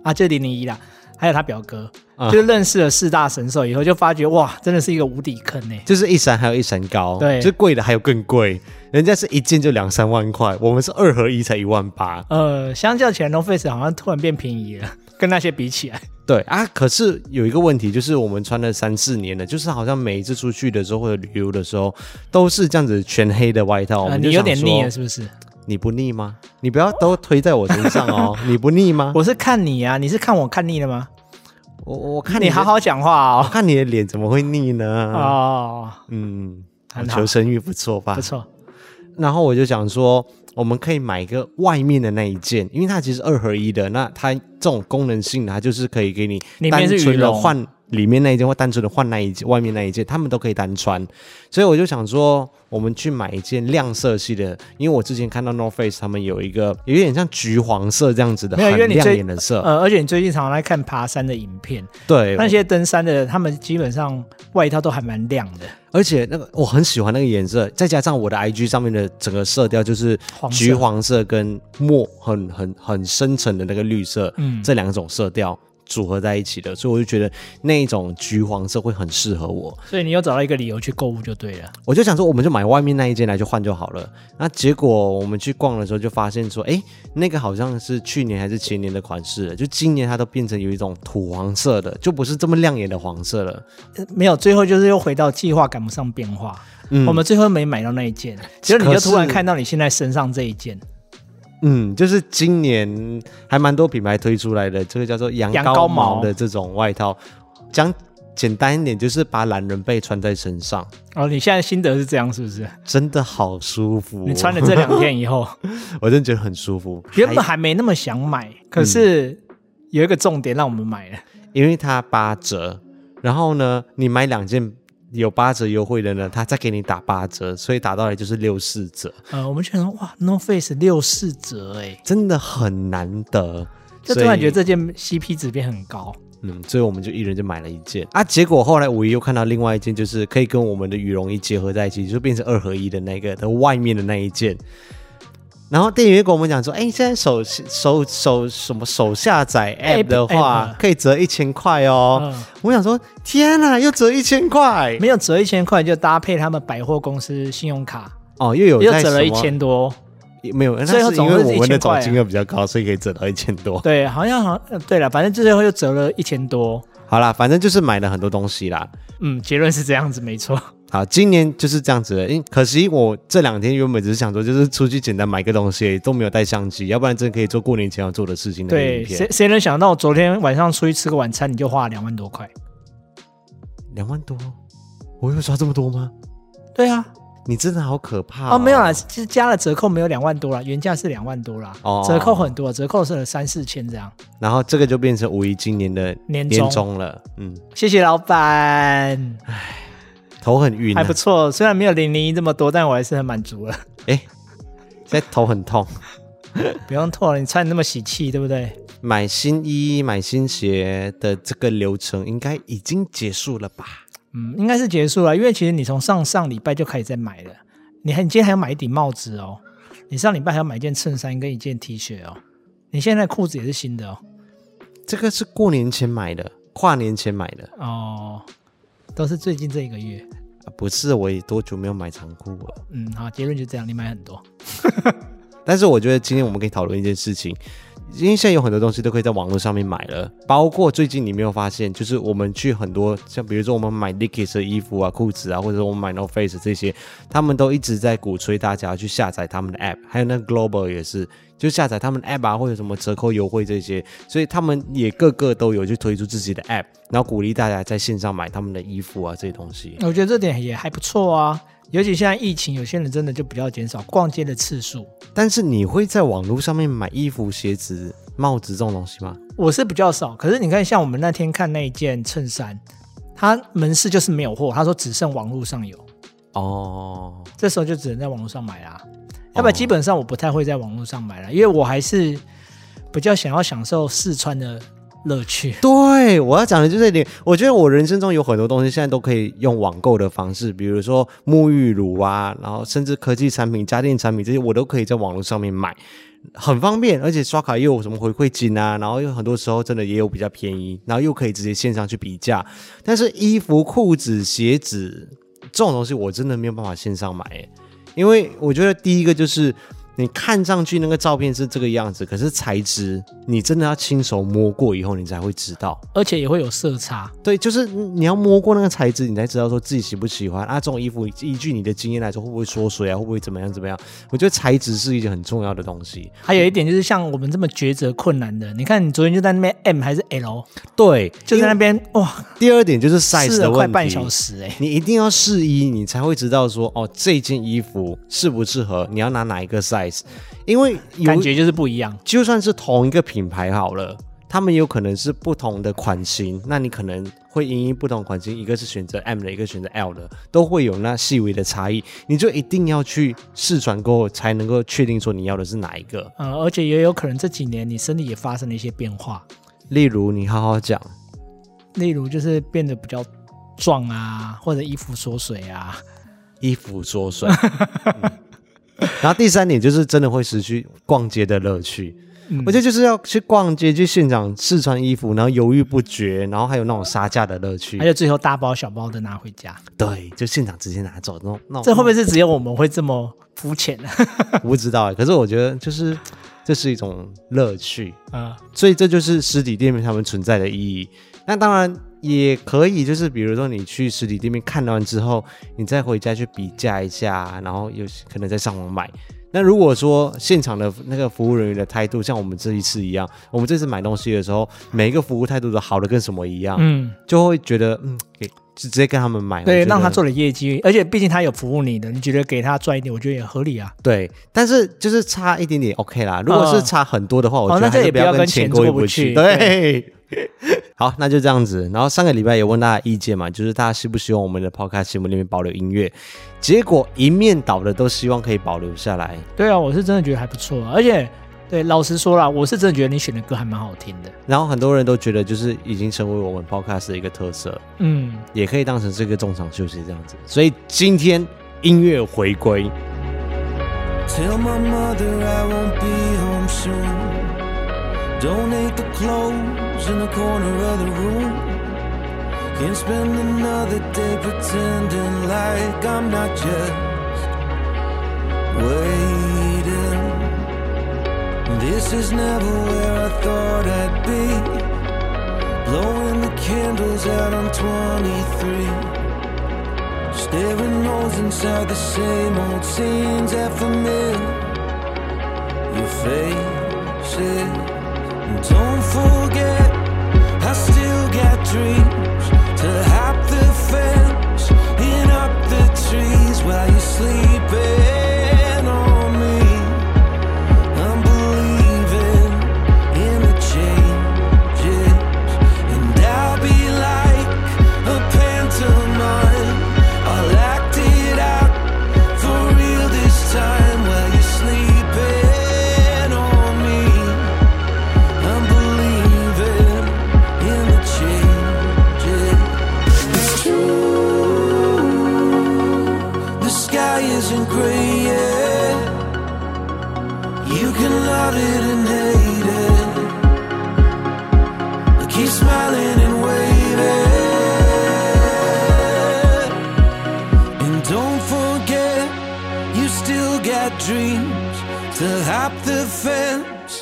Speaker 2: 啊，就零零一啦，还有他表哥，
Speaker 1: 啊
Speaker 2: 就认识了四大神兽以后，就发觉哇，真的是一个无底坑欸呢、
Speaker 1: 就是一山还有一山高，
Speaker 2: 对
Speaker 1: 就贵的还有更贵，人家是一件就两三万块，我们是二合一才一万八。
Speaker 2: 呃，相较起来 n o Face 好像突然变便宜了，跟那些比起来，
Speaker 1: 对啊，可是有一个问题，就是我们穿了三四年了，就是好像每一次出去的时候或者旅游的时候，都是这样子全黑的外哦套，我
Speaker 2: 呃、
Speaker 1: 们就
Speaker 2: 你
Speaker 1: 想
Speaker 2: 有点
Speaker 1: 说啊
Speaker 2: 腻了，是不是？
Speaker 1: 你不腻吗？你不要都推在我身上
Speaker 2: *laughs*
Speaker 1: 哦，你不腻吗？
Speaker 2: 我是看你啊，你是看我看腻了吗？
Speaker 1: 我我看
Speaker 2: 你
Speaker 1: 你
Speaker 2: 好
Speaker 1: 好，
Speaker 2: 好讲话
Speaker 1: 我
Speaker 2: 哦。
Speaker 1: 看你的脸怎么会腻呢？
Speaker 2: 哦，
Speaker 1: 嗯，
Speaker 2: 很好
Speaker 1: 求生欲不错吧？
Speaker 2: 不错，
Speaker 1: 然后我就想说，我们可以买一个外面的那一件，因为它其实二合一的，那它这种功能性的，它就是可以给你
Speaker 2: 里面
Speaker 1: 单
Speaker 2: 是羽
Speaker 1: 纯的
Speaker 2: 绒
Speaker 1: 换里面那一件，或单纯的换那一件，外面那一件，他们都可以单穿。所以我就想说，我们去买一件亮色系的，因为我之前看到 North Face 他们有一个有点像橘黄色这样子的，
Speaker 2: 没有因为
Speaker 1: 很
Speaker 2: 你
Speaker 1: 亮
Speaker 2: 最
Speaker 1: 眼的色，
Speaker 2: 呃，而且你最近常常在看爬山的影片，
Speaker 1: 对，哦
Speaker 2: 那些登山的，他们基本上外套都还蛮亮的，
Speaker 1: 而且那个我很喜欢那个颜色，再加上我的 IG 上面的整个色调就是
Speaker 2: 黄色
Speaker 1: 橘黄色跟墨很很很深沉的那个绿色，
Speaker 2: 嗯
Speaker 1: 这两种色调组合在一起的，所以我就觉得那一种橘黄色会很适合我。
Speaker 2: 所以你又找到一个理由去购物就对了。
Speaker 1: 我就想说，我们就买外面那一间来就换就好了。那结果我们去逛的时候就发现说，哎，那个好像是去年还是前年的款式了，就今年它都变成有一种土黄色的，就不是这么亮眼的黄色了。
Speaker 2: 呃没有，最后就是又回到计划赶不上变化。
Speaker 1: 嗯
Speaker 2: 我们最后没买到那一件，结果你就突然看到你现在身上这一件
Speaker 1: 嗯，就是今年还蛮多品牌推出来的，这个叫做羊
Speaker 2: 羊
Speaker 1: 羔
Speaker 2: 羔
Speaker 1: 毛
Speaker 2: 毛
Speaker 1: 的这种外套，讲简单一点，就是把懒人被穿在身上，
Speaker 2: 哦，你现在心得是这样是不是？
Speaker 1: 真的好舒服哦、
Speaker 2: 哦你穿了这两天以后，
Speaker 1: 我真的觉得很舒服。
Speaker 2: 原本还没那么想买，可是有一个重点让我们买了。
Speaker 1: 因为它八折，然后呢，你买两件有八折优惠的呢，它再给你打八折，所以打到来就是六四折，
Speaker 2: 呃，我们觉得哇，No Face 六四折哎、
Speaker 1: 真的很难得。
Speaker 2: 就突
Speaker 1: 所
Speaker 2: 然
Speaker 1: 以
Speaker 2: 觉得这件 CP 值变很高。
Speaker 1: 嗯，所以我们就一人就买了一件啊。结果后来五一又看到另外一件，就是可以跟我们的羽绒衣结合在一起，就变成二合一的那个的外面的那一件。然后店员又跟我们讲说，哎，现在手手手什么手下载 app
Speaker 2: App，
Speaker 1: 的话
Speaker 2: app
Speaker 1: 可以折一千块哦。
Speaker 2: 嗯
Speaker 1: 我想说，天哪，又折一千块
Speaker 2: 没有折一千块就搭配他们百货公司信用卡，
Speaker 1: 哦，又有
Speaker 2: 又
Speaker 1: 在
Speaker 2: 折了
Speaker 1: 什
Speaker 2: 一
Speaker 1: 么
Speaker 2: 千多。
Speaker 1: 也没有，那
Speaker 2: 所以它
Speaker 1: 是因
Speaker 2: 总
Speaker 1: 为
Speaker 2: 共是
Speaker 1: 我们的
Speaker 2: 1000块
Speaker 1: 总
Speaker 2: 啊
Speaker 1: 金额比较高，所以可以整到一千多。
Speaker 2: 对，好像好，呃对了，反正最后又折了一千多。
Speaker 1: 好啦，反正就是买了很多东西啦。
Speaker 2: 嗯，结论是这样子，没错。
Speaker 1: 好，今年就是这样子的。因可惜我这两天原本只是想说，就是出去简单买个东西而已，都没有带相机，要不然真的可以做过年前要做的事情的影
Speaker 2: 对，
Speaker 1: 片
Speaker 2: 谁。谁能想到昨天晚上出去吃个晚餐，你就花了两万多块？
Speaker 1: 两万多，我有刷这么多吗？
Speaker 2: 对啊，
Speaker 1: 你真的好可怕
Speaker 2: 哦，没有啦，其实加了折扣没有两万多啦，原价是两万多啦，
Speaker 1: 哦
Speaker 2: 折扣很多，折扣是三四千这样。
Speaker 1: 然后这个就变成五一今年的
Speaker 2: 年终
Speaker 1: 年终了，嗯，
Speaker 2: 谢谢老
Speaker 1: 哎
Speaker 2: 板，
Speaker 1: 头很晕、啊，
Speaker 2: 还不错，虽然没有零零一这么多，但我还是很满足了。 *laughs*
Speaker 1: 现在头很痛。
Speaker 2: 不用拓了，你穿得那么喜气，对不对？
Speaker 1: 买新衣、买新鞋的这个流程应该已经结束了吧？
Speaker 2: 嗯，应该是结束了，因为其实你从上上礼拜就开始在买了，你还你今天还要买一顶帽子哦，你上礼拜还要买一件衬衫跟一件 T 恤哦，你现在裤子也是新的哦，
Speaker 1: 这个是过年前买的，跨年前买的，
Speaker 2: 哦，都是最近这一个月。
Speaker 1: 啊不是我也多久没有买长裤了。
Speaker 2: 嗯，好，结论就这样，你买很多。
Speaker 1: 但是我觉得今天我们可以讨论一件事情，因为现在有很多东西都可以在网络上面买了，包括最近你没有发现，就是我们去很多像比如说我们买 Dickies 的衣服啊、裤子啊，或者我们买 No Face 这些，他们都一直在鼓吹大家去下载他们的 App，还有那个 Global 也是，就下载他们的 App 啊，或者什么折扣优惠这些，所以他们也个个都有去推出自己的 App，然后鼓励大家在线上买他们的衣服啊这些东西。
Speaker 2: 我觉得这点也还不错啊，尤其现在疫情，有些人真的就比较减少逛街的次数。
Speaker 1: 但是你会在网络上面买衣服、鞋子、帽子这种东西吗？
Speaker 2: 我是比较少，可是你看，像我们那天看那一件衬衫，它门市就是没有货，他说只剩网络上有，
Speaker 1: 哦，
Speaker 2: 这时候就只能在网络上买啦。要不然基本上我不太会在网络上买了，因为我还是比较想要享受试穿的乐趣。
Speaker 1: 对，我要讲的就是你，我觉得我人生中有很多东西现在都可以用网购的方式，比如说沐浴乳啊，然后甚至科技产品、家电产品这些，我都可以在网络上面买，很方便，而且刷卡又有什么回馈金啊，然后又很多时候真的也有比较便宜，然后又可以直接线上去比价。但是衣服、裤子、鞋子这种东西，我真的没有办法线上买耶，因为我觉得第一个就是。你看上去那个照片是这个样子，可是材质你真的要亲手摸过以后，你才会知道。
Speaker 2: 而且也会有色差。
Speaker 1: 对，就是你要摸过那个材质，你才知道说自己喜不喜欢啊。这种衣服依据你的经验来说，会不会缩水啊？会不会怎么样怎么样？我觉得材质是一件很重要的东西。
Speaker 2: 还有一点就是像我们这么抉择困难的，你看你昨天就在那边 M 还是 L，
Speaker 1: 对，
Speaker 2: 就在那
Speaker 1: 因为
Speaker 2: 边哇，
Speaker 1: 第二点就是 size
Speaker 2: 试
Speaker 1: 的
Speaker 2: 了快
Speaker 1: 问
Speaker 2: 半
Speaker 1: 题
Speaker 2: 小。时哎、
Speaker 1: 你一定要试衣，你才会知道说哦，这件衣服适不适合，你要拿哪一个 size，因为有
Speaker 2: 感觉就是不一样。
Speaker 1: 就算是同一个品牌好了，他们有可能是不同的款型，那你可能会因应不同款型，一个是选择 M 的，一个选择 L 的，都会有那细微的差异，你就一定要去试穿过后才能够确定说你要的是哪一个。
Speaker 2: 嗯，而且也有可能这几年你身体也发生了一些变化，
Speaker 1: 例如，你好好讲，
Speaker 2: 例如就是变得比较壮啊，或者衣服缩水啊。
Speaker 1: 衣服缩
Speaker 2: *laughs*
Speaker 1: 水。嗯然后第三点就是真的会失去逛街的乐趣，
Speaker 2: 嗯
Speaker 1: 我觉得就是要去逛街，去现场试穿衣服，然后犹豫不决，然后还有那种杀价的乐趣
Speaker 2: 还。有最后大包小包的拿回家，
Speaker 1: 对，就现场直接拿走那种。那种
Speaker 2: 这会不会是只有我们会这么肤浅
Speaker 1: *laughs*
Speaker 2: 呢？
Speaker 1: 我不知道欸？可是我觉得就是这是一种乐趣，
Speaker 2: 啊，
Speaker 1: 所以这就是实体店面他们存在的意义。那当然也可以，就是比如说你去实体店面看完之后，你再回家去比价一下，然后有可能再上网买。那如果说现场的那个服务人员的态度像我们这一次一样，我们这次买东西的时候，每一个服务态度都好的跟什么一样，
Speaker 2: 嗯，
Speaker 1: 就会觉得嗯，给直接跟他们买，我
Speaker 2: 对，
Speaker 1: 觉
Speaker 2: 让
Speaker 1: 得
Speaker 2: 他做了业绩，而且毕竟他有服务你的，你觉得给他赚一点，我觉得也合理啊。
Speaker 1: 对，但是就是差一点点 OK 啦。如果是差很多的话，我觉得
Speaker 2: 哦那
Speaker 1: 还
Speaker 2: 这
Speaker 1: 是
Speaker 2: 也
Speaker 1: 不
Speaker 2: 不要
Speaker 1: 跟
Speaker 2: 跟
Speaker 1: 钱
Speaker 2: 钱
Speaker 1: 过意
Speaker 2: 过不
Speaker 1: 去。
Speaker 2: 去
Speaker 1: 对， *laughs* 好，那就这样子。然后上个礼拜也问大家意见嘛，就是大家希不希望我们的 Podcast 节目里面保留音乐？结果一面倒的都希望可以保留下来。
Speaker 2: 对啊，我是真的觉得还不错，啊而且对，老实说啦，我是真的觉得你选的歌还蛮好听的。
Speaker 1: 然后很多人都觉得，就是已经成为我们 Podcast 的一个特色，
Speaker 2: 嗯，
Speaker 1: 也可以当成是一个中场休息这样子。所以今天音乐回归，
Speaker 3: Tell my mother I won't be home soon. Donate the clothes in the corner of the room. Can't spend another day pretending like I'm not just waiting. This is never where I thought I'd be. Blowing the candles out on 23. Staring holes inside the same old scenes that familiar faces. And Don't forget, I still got dreams to hop the fence and up the trees while you're sleeping on me. I'm believing in the changes, and I'll be like a pantomime. I'll act it out for real this time while you're sleeping on me. I'm believing in the changes. It's true, the sky isn't gray yet. You can love it and hate it. But keep smiling and waving. And don't forget, you still got dreams to hop the fence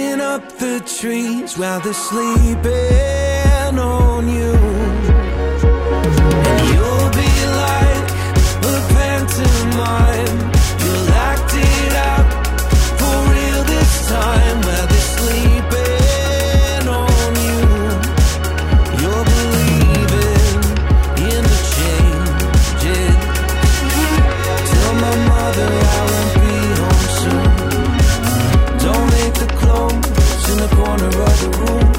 Speaker 3: and up the trees while they're sleeping on you. You'll be like a pantomime. You'll act it out for real this time. While they're sleeping on you, you're believing in the changes. Tell my mother I won't be home soon. Donate the clothes in the corner of the room.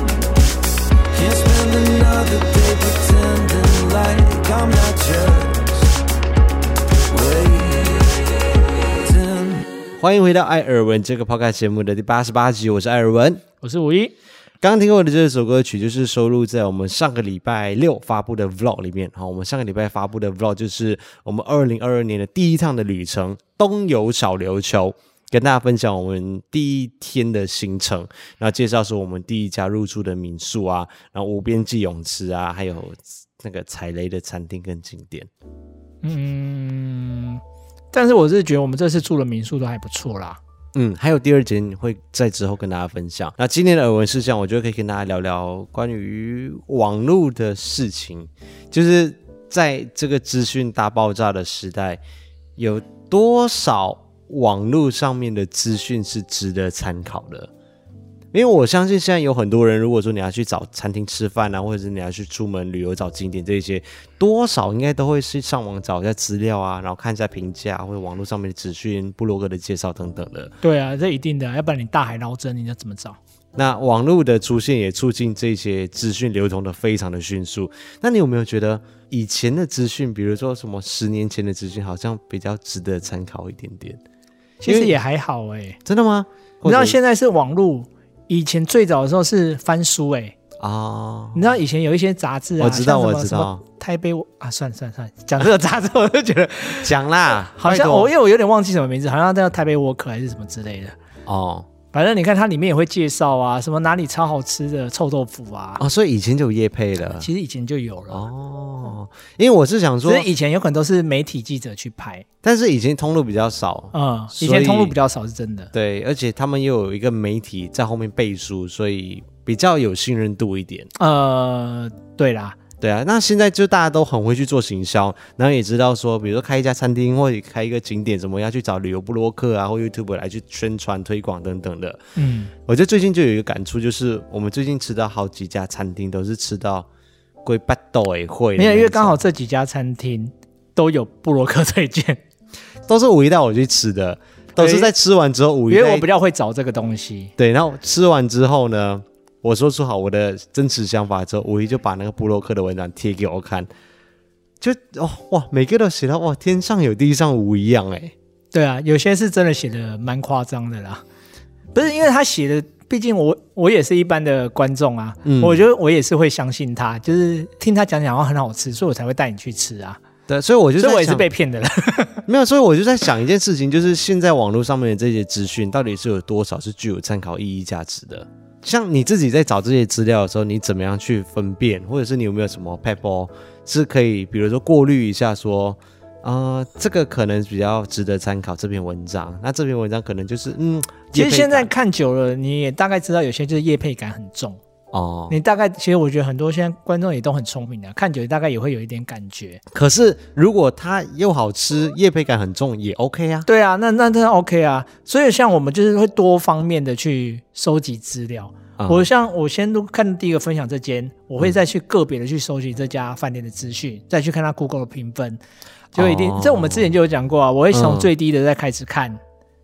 Speaker 3: Can't spend another day pretending like I'm not just waiting.
Speaker 1: 欢迎回到艾尔文这个 Podcast 节目的第八十八集，我是艾尔文。
Speaker 2: 我是五一，
Speaker 1: 刚刚听过的这首歌曲就是收录在我们上个礼拜六发布的 Vlog 里面。好，我们上个礼拜发布的 Vlog 就是我们二零二二年的第一趟的旅程——东游小琉球，跟大家分享我们第一天的行程，然后介绍说我们第一家入住的民宿啊，然后无边际泳池啊，还有那个踩雷的餐厅跟景点。
Speaker 2: 嗯，但是我是觉得我们这次住的民宿都还不错啦。
Speaker 1: 嗯，还有第二节你会在之后跟大家分享。那今天的耳闻事项，我觉得可以跟大家聊聊关于网络的事情，就是在这个资讯大爆炸的时代，有多少网络上面的资讯是值得参考的？因为我相信现在有很多人，如果说你要去找餐厅吃饭啊，或者是你要去出门旅游找景点这一些，多少应该都会是上网找一下资料啊，然后看一下评价或者网络上面的资讯、部落格的介绍等等的。
Speaker 2: 对啊，这一定的，要不然你大海捞针，你要怎么找？
Speaker 1: 那网络的出现也促进这些资讯流通的非常的迅速。那你有没有觉得以前的资讯，比如说什么十年前的资讯，好像比较值得参考一点点？
Speaker 2: 其
Speaker 1: 因
Speaker 2: 实
Speaker 1: 为
Speaker 2: 也还好哎、欸。
Speaker 1: 真的吗？
Speaker 2: 你知道
Speaker 1: 或者
Speaker 2: 现在是网络，以前最早的时候是翻书哎、
Speaker 1: 啊
Speaker 2: 你知道以前有一些杂志啊，
Speaker 1: 我知道
Speaker 2: 像什么
Speaker 1: 我知道
Speaker 2: 什么台北啊，算了算了算了，讲这个杂志我就觉得
Speaker 1: 讲啦，
Speaker 2: *laughs* 好像
Speaker 1: 拜
Speaker 2: 我、
Speaker 1: 托
Speaker 2: 因为我有点忘记什么名字，好像叫台北 Work 还是什么之类的。
Speaker 1: 哦，
Speaker 2: 反正你看它里面也会介绍啊，什么哪里超好吃的臭豆腐啊，
Speaker 1: 哦，所以以前就有叶配了。
Speaker 2: 其实以前就有了，
Speaker 1: 哦，因为我是想
Speaker 2: 只
Speaker 1: 说
Speaker 2: 是，以前有可能都是媒体记者去拍，
Speaker 1: 但是以前通路比较少，
Speaker 2: 嗯，以
Speaker 1: 所
Speaker 2: 前
Speaker 1: 以
Speaker 2: 通路比较少是真的，
Speaker 1: 对，而且他们又有一个媒体在后面背书，所以比较有信任度一点。
Speaker 2: 呃，对啦，
Speaker 1: 对啊，那现在就大家都很会去做行销，然后也知道说，比如说开一家餐厅或者开一个景点，怎么样去找旅游部落客啊或 YouTube 来去宣传推广等等的。
Speaker 2: 嗯，
Speaker 1: 我觉得最近就有一个感触，就是我们最近吃到好几家餐厅都是吃到龟巴豆诶会的那种，
Speaker 2: 没有，因为刚好这几家餐厅都有布洛克推荐，
Speaker 1: *laughs* 都是五一带我去吃的，都是在吃完之后五一
Speaker 2: 因为我
Speaker 1: 带
Speaker 2: 比较会找这个东西，
Speaker 1: 对，然后吃完之后呢，我说出好我的真实想法之后，五一就把那个布洛克的文章贴给我看，就哦哇，每个都写到哇天上有地上无一样哎诶。
Speaker 2: 对啊，有些是真的写的蛮夸张的啦，不是因为他写的，毕竟我我也是一般的观众啊，
Speaker 1: 嗯
Speaker 2: 我觉得我也是会相信他，就是听他讲讲话很好吃，所以我才会带你去吃啊，
Speaker 1: 对，所以我就
Speaker 2: 所
Speaker 1: 在
Speaker 2: 以我也是
Speaker 1: 想
Speaker 2: 被骗的啦，
Speaker 1: 没有，所以我就在想一件事情，就是现在网络上面的这些资讯到底是有多少是具有参考意义价值的？像你自己在找这些资料的时候，你怎么样去分辨，或者是你有没有什么 p e p l e 是可以，比如说过滤一下说，啊，这个可能比较值得参考这篇文章，那这篇文章可能就是嗯，
Speaker 2: *laughs* 其实
Speaker 1: 业配
Speaker 2: 现在
Speaker 1: 感
Speaker 2: 看久了，你也大概知道有些就是业配感很重。
Speaker 1: 哦，
Speaker 2: 你大概其实我觉得很多现在观众也都很聪明的，看久了大概也会有一点感觉。
Speaker 1: 可是如果它又好吃，业配感很重也 OK 啊，
Speaker 2: 对啊，那那真的 OK 啊。所以像我们就是会多方面的去收集资料。
Speaker 1: 啊
Speaker 2: 我像我先都看第一个分享这间，我会再去个别的去收集这家饭店的资讯，再去看它 Google 的评分，就一定。
Speaker 1: 哦
Speaker 2: 这我们之前就有讲过啊，我会从
Speaker 1: 嗯
Speaker 2: 最低的再开始看，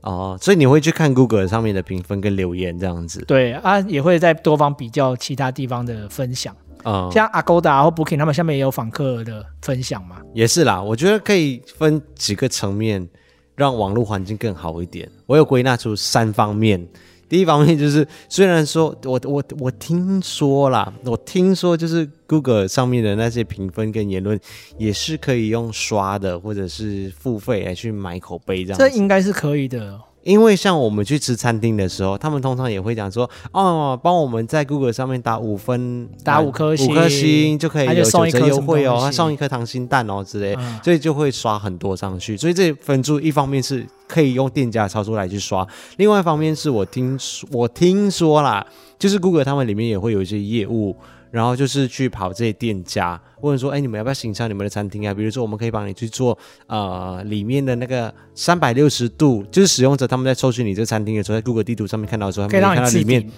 Speaker 1: 哦，所以你会去看 Google 上面的评分跟留言这样子，
Speaker 2: 对啊，也会再多方比较其他地方的分享，
Speaker 1: 嗯，
Speaker 2: 像 Agoda 或 Booking 他们下面也有访客的分享嘛。
Speaker 1: 也是啦，我觉得可以分几个层面，让网络环境更好一点。我有归纳出三方面。第一方面就是，虽然说我我我听说啦，我听说就是 Google 上面的那些评分跟言论也是可以用刷的，或者是付费来去买口碑这样子。
Speaker 2: 这应该是可以的。
Speaker 1: 因为像我们去吃餐厅的时候，他们通常也会讲说，哦，帮我们在 Google 上面打五分，
Speaker 2: 打五颗星
Speaker 1: 五颗星就可以
Speaker 2: 他
Speaker 1: 有
Speaker 2: 就
Speaker 1: 九
Speaker 2: 送一颗
Speaker 1: 折优惠
Speaker 2: 什
Speaker 1: 哦，
Speaker 2: 么东西
Speaker 1: 他送一颗溏心蛋哦之类，
Speaker 2: 嗯
Speaker 1: 所以就会刷很多上去。所以这分数一方面是可以用店家操作来去刷，另外一方面是我听说我听说啦，就是 Google 他们里面也会有一些业务。然后就是去跑这些店家，问说，哎，你们要不要行销你们的餐厅啊？比如说，我们可以帮你去做呃里面的那个三百六十度，就是使用者他们在搜寻你这餐厅的时候，在 Google 地图上面看到的时候，他
Speaker 2: 可以
Speaker 1: 们
Speaker 2: 让
Speaker 1: 呃看
Speaker 2: 你
Speaker 1: 到
Speaker 2: 置
Speaker 1: 里面
Speaker 2: 顶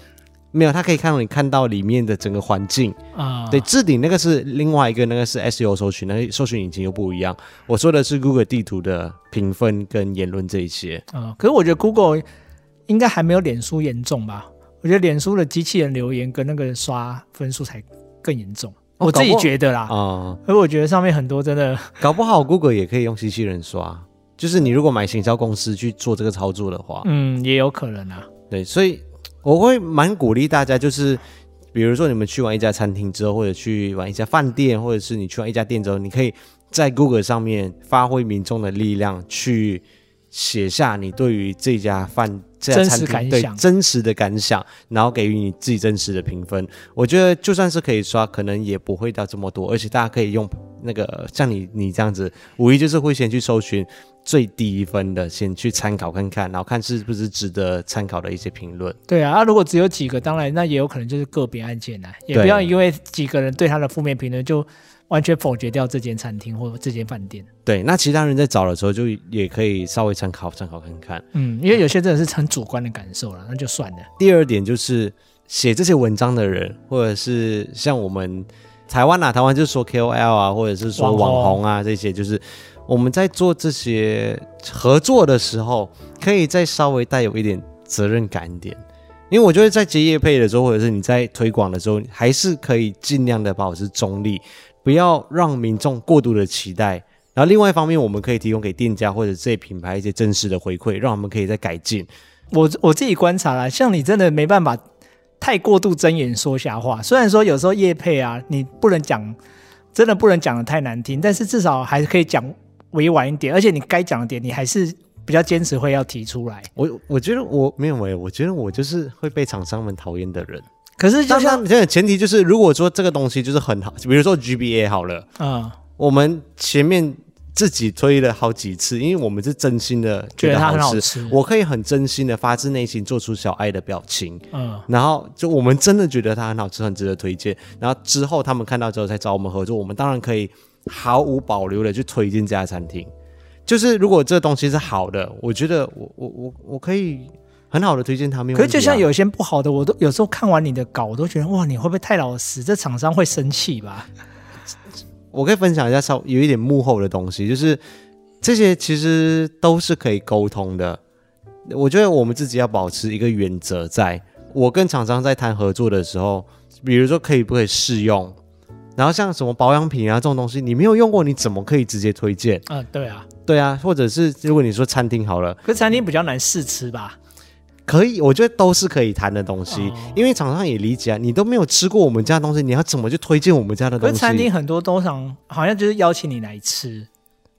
Speaker 1: 没有，他可以看到你看到里面的整个环境。
Speaker 2: 啊、
Speaker 1: 对，置顶那个是另外一个，那个是 SEO 搜寻，那个搜寻引擎又不一样。我说的是 Google 地图的评分跟言论这一些。
Speaker 2: 啊、可是我觉得 Google 应该还没有脸书严重吧？我觉得脸书的机器人留言跟那个刷分数才更严重，
Speaker 1: 哦
Speaker 2: 我自己觉得啦。
Speaker 1: 啊、
Speaker 2: 而我觉得上面很多真的，
Speaker 1: 搞不好 Google 也可以用机器人刷，就是你如果买行销公司去做这个操作的话，
Speaker 2: 嗯，也有可能啊。
Speaker 1: 对，所以我会蛮鼓励大家，就是比如说你们去完一家餐厅之后，或者去完一家饭店，或者是你去完一家店之后，你可以在 Google 上面发挥民众的力量，去写下你对于这家饭这家
Speaker 2: 真实
Speaker 1: 餐厅
Speaker 2: 感
Speaker 1: 对
Speaker 2: 想
Speaker 1: 真实的感想，然后给予你自己真实的评分。我觉得就算是可以刷，可能也不会到这么多，而且大家可以用那个像你你这样子，无疑就是会先去搜寻最低分的，先去参考看看，然后看是不是值得参考的一些评论。
Speaker 2: 对啊，啊如果只有几个，当然那也有可能就是个别案件啊，也
Speaker 1: 对
Speaker 2: 不要因为几个人对他的负面评论就完全否决掉这间餐厅或这间饭店。
Speaker 1: 对，那其他人在找的时候就也可以稍微参考参考看看。
Speaker 2: 嗯，因为有些真的是很主观的感受了，那就算了。
Speaker 1: 第二点就是写这些文章的人，或者是像我们台湾啊，台湾就是说 KOL 啊，或者是说
Speaker 2: 网红
Speaker 1: 网红啊，这些就是我们在做这些合作的时候，可以再稍微带有一点责任感一点。因为我觉得在接业配的时候，或者是你在推广的时候，还是可以尽量的保持中立，不要让民众过度的期待。然后另外一方面，我们可以提供给店家或者这些品牌一些真实的回馈，让我们可以再改进。
Speaker 2: 我我自己观察啦，像你真的没办法太过度睁眼说瞎话。虽然说有时候叶配啊，你不能讲，真的不能讲的太难听，但是至少还可以讲委婉一点，而且你该讲的点你还是比较坚持会要提出来。
Speaker 1: 我我觉得我没有哎、我觉得我就是会被厂商们讨厌的人。
Speaker 2: 可是就
Speaker 1: 当
Speaker 2: 像
Speaker 1: 然，这个前提就是，如果说这个东西就是很好，比如说 GBA 好了，
Speaker 2: 嗯，
Speaker 1: 我们前面自己推了好几次，因为我们是真心的
Speaker 2: 觉得
Speaker 1: 得
Speaker 2: 它很
Speaker 1: 好
Speaker 2: 好吃
Speaker 1: 我可以很真心的发自内心做出小爱的表情，
Speaker 2: 嗯，
Speaker 1: 然后就我们真的觉得它很好吃，很值得推荐。然后之后他们看到之后才找我们合作，我们当然可以毫无保留的去推荐这家餐厅。就是如果这东西是好的，我觉得我我我我可以很好的推荐它，没有
Speaker 2: 可
Speaker 1: 问
Speaker 2: 是
Speaker 1: 题啊、
Speaker 2: 就像有些不好的，我都有时候看完你的稿，我都觉得哇，你会不会太老实？这厂商会生气吧？
Speaker 1: 我可以分享一下稍有一点幕后的东西，就是这些其实都是可以沟通的。我觉得我们自己要保持一个原则在，我跟厂商在谈合作的时候，比如说可以不可以试用，然后像什么保养品啊这种东西，你没有用过，你怎么可以直接推荐？
Speaker 2: 嗯，对啊。
Speaker 1: *laughs* 对啊，或者是如果你说餐厅好了，
Speaker 2: 可是餐厅比较难试吃吧？
Speaker 1: 可以，我觉得都是可以谈的东西，
Speaker 2: 哦
Speaker 1: 因为厂商也理解啊，你都没有吃过我们家的东西，你要怎么去推荐我们家的
Speaker 2: 可
Speaker 1: 东
Speaker 2: 是
Speaker 1: 西？
Speaker 2: 餐厅很多通常好像就是邀请你来吃，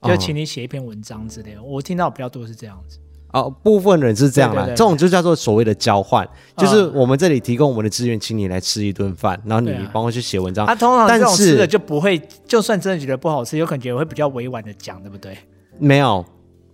Speaker 2: 就
Speaker 1: 哦
Speaker 2: 请你写一篇文章之类的。我听到比较多是这样子。
Speaker 1: 哦，部分人是这样啦，
Speaker 2: 对对对嗯
Speaker 1: 这种就叫做所谓的交换，就是我们这里提供我们的资源，请你来吃一顿饭，然后
Speaker 2: 对
Speaker 1: 你
Speaker 2: 啊
Speaker 1: 帮我去写文章。
Speaker 2: 啊，通常这种
Speaker 1: 但是
Speaker 2: 吃的就不会，就算真的觉得不好吃，有可能也会比较委婉的讲，对不对？
Speaker 1: 没有，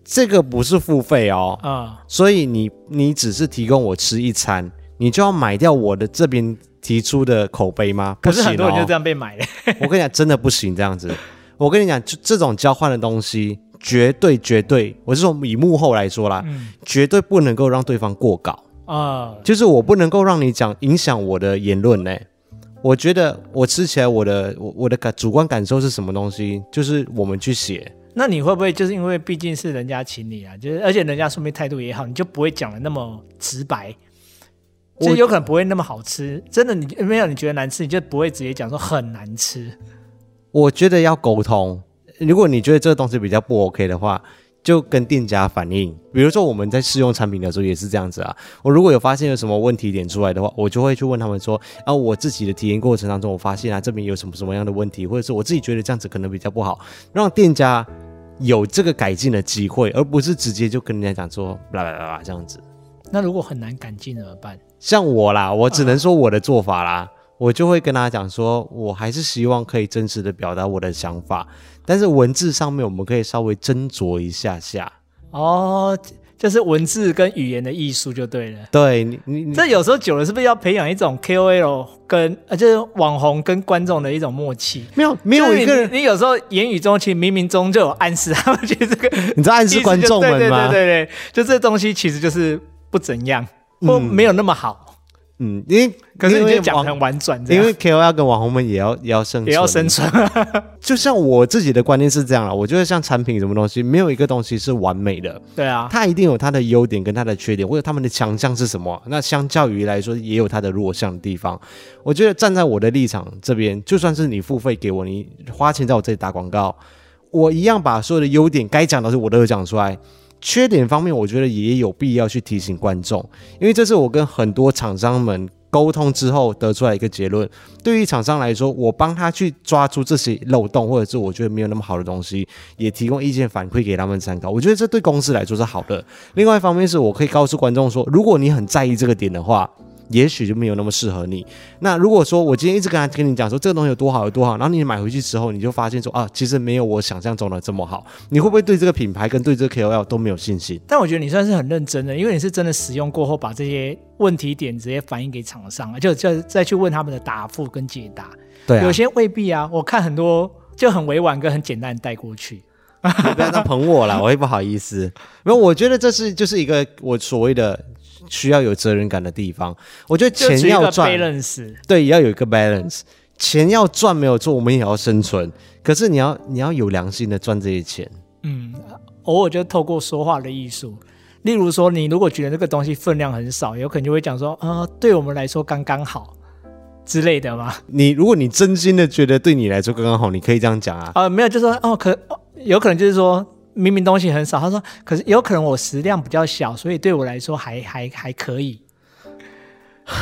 Speaker 1: 这个不是付费哦，
Speaker 2: 嗯，
Speaker 1: 所以你你只是提供我吃一餐，你就要买掉我的这边提出的口碑吗？
Speaker 2: 可
Speaker 1: 不
Speaker 2: 是
Speaker 1: 行
Speaker 2: 很多人就这
Speaker 1: 哦，
Speaker 2: 样被买了。
Speaker 1: *laughs* 我跟你讲，真的不行这样子。我跟你讲，就这种交换的东西，绝对绝对，我是说以幕后来说啦，
Speaker 2: 嗯
Speaker 1: 绝对不能够让对方过稿。
Speaker 2: 啊，
Speaker 1: 就是我不能够让你讲影响我的言论呢、我觉得我吃起来我的我我的感主观感受是什么东西，就是我们去写。
Speaker 2: 那你会不会就是因为毕竟是人家请你啊，就是而且人家说明态度也好，你就不会讲的那么直白，
Speaker 1: 我
Speaker 2: 就有可能不会那么好吃。真的你没有你觉得难吃，你就不会直接讲说很难吃。
Speaker 1: 我觉得要沟通。如果你觉得这个东西比较不 OK 的话，就跟店家反映。比如说我们在试用产品的时候也是这样子啊。我如果有发现有什么问题点出来的话，我就会去问他们说，啊，我自己的体验过程当中，我发现啊这边有什么什么样的问题，或者是我自己觉得这样子可能比较不好，让店家有这个改进的机会，而不是直接就跟人家讲说，啦啦啦啦这样子。
Speaker 2: 那如果很难改进怎么办？
Speaker 1: 像我啦，
Speaker 2: 嗯
Speaker 1: 我只能说我的做法啦，我就会跟他讲说，我还是希望可以真实的表达我的想法，但是文字上面我们可以稍微斟酌一下下。
Speaker 2: 哦，就是文字跟语言的艺术就对了。
Speaker 1: 对你，你你
Speaker 2: 这有时候久了是不是要培养一种 KOL 跟呃，就是网红跟观众的一种默契？
Speaker 1: 没有没有一个
Speaker 2: 就是
Speaker 1: 人，
Speaker 2: 你，你有时候言语中其实冥冥中就有暗示他们，觉得这个
Speaker 1: 你在 *laughs* 暗示观众
Speaker 2: 意思
Speaker 1: 们
Speaker 2: 就
Speaker 1: 吗？
Speaker 2: 对对对对，就这东西其实就是不怎样，或没有那么好。
Speaker 1: 嗯，因为
Speaker 2: 可
Speaker 1: 嗯
Speaker 2: 是
Speaker 1: 因
Speaker 2: 你
Speaker 1: 为
Speaker 2: 就讲得很
Speaker 1: 网，
Speaker 2: 婉转，这
Speaker 1: 因
Speaker 2: 样
Speaker 1: 为 KOL 跟网红们也要也要生
Speaker 2: 也要
Speaker 1: 存
Speaker 2: 生存。
Speaker 1: 就像我自己的观念是这样啦，我觉得像产品什么东西，没有一个东西是完美的，
Speaker 2: *laughs* 对啊，
Speaker 1: 它一定有它的优点跟它的缺点，或者他们的强项是什么？那相较于来说，也有它的弱项的地方。我觉得站在我的立场这边，就算是你付费给我，你花钱在我这里打广告，我一样把所有的优点该讲的是我都有讲出来。缺点方面，我觉得也有必要去提醒观众，因为这是我跟很多厂商们沟通之后得出来一个结论。对于厂商来说，我帮他去抓住这些漏洞，或者是我觉得没有那么好的东西，也提供意见反馈给他们参考。我觉得这对公司来说是好的。另外一方面是我可以告诉观众说，如果你很在意这个点的话，也许就没有那么适合你。那如果说我今天一直跟他跟你讲说这个东西有多好有多好，然后你买回去之后，你就发现说啊，其实没有我想象中的这么好，你会不会对这个品牌跟对这个 KOL 都没有信心？
Speaker 2: 但我觉得你算是很认真的，因为你是真的使用过后，把这些问题点直接反映给厂商，就就再去问他们的答复跟解答。
Speaker 1: 对啊，
Speaker 2: 有些未必啊，我看很多就很委婉跟很简单地带过去。
Speaker 1: 你不要再捧我了，我也不好意思。没有，我觉得这是就是一个我所谓的需要有责任感的地方。我觉得
Speaker 2: 就
Speaker 1: 钱
Speaker 2: 只有一
Speaker 1: 要
Speaker 2: 个
Speaker 1: 赚，
Speaker 2: balance，
Speaker 1: 对，也要有一个 balance。钱要赚没有错，我们也要生存。可是你要你要有良心的赚这些钱。
Speaker 2: 嗯，偶尔就透过说话的艺术，例如说，你如果觉得这个东西分量很少，有可能就会讲说，啊、对我们来说刚刚好之类的嘛。
Speaker 1: 你如果你真心的觉得对你来说刚刚好，你可以这样讲啊。
Speaker 2: 啊、没有，就说哦，可哦有可能就是说，明明东西很少，他说，可是有可能我食量比较小，所以对我来说还还还可以。 *laughs*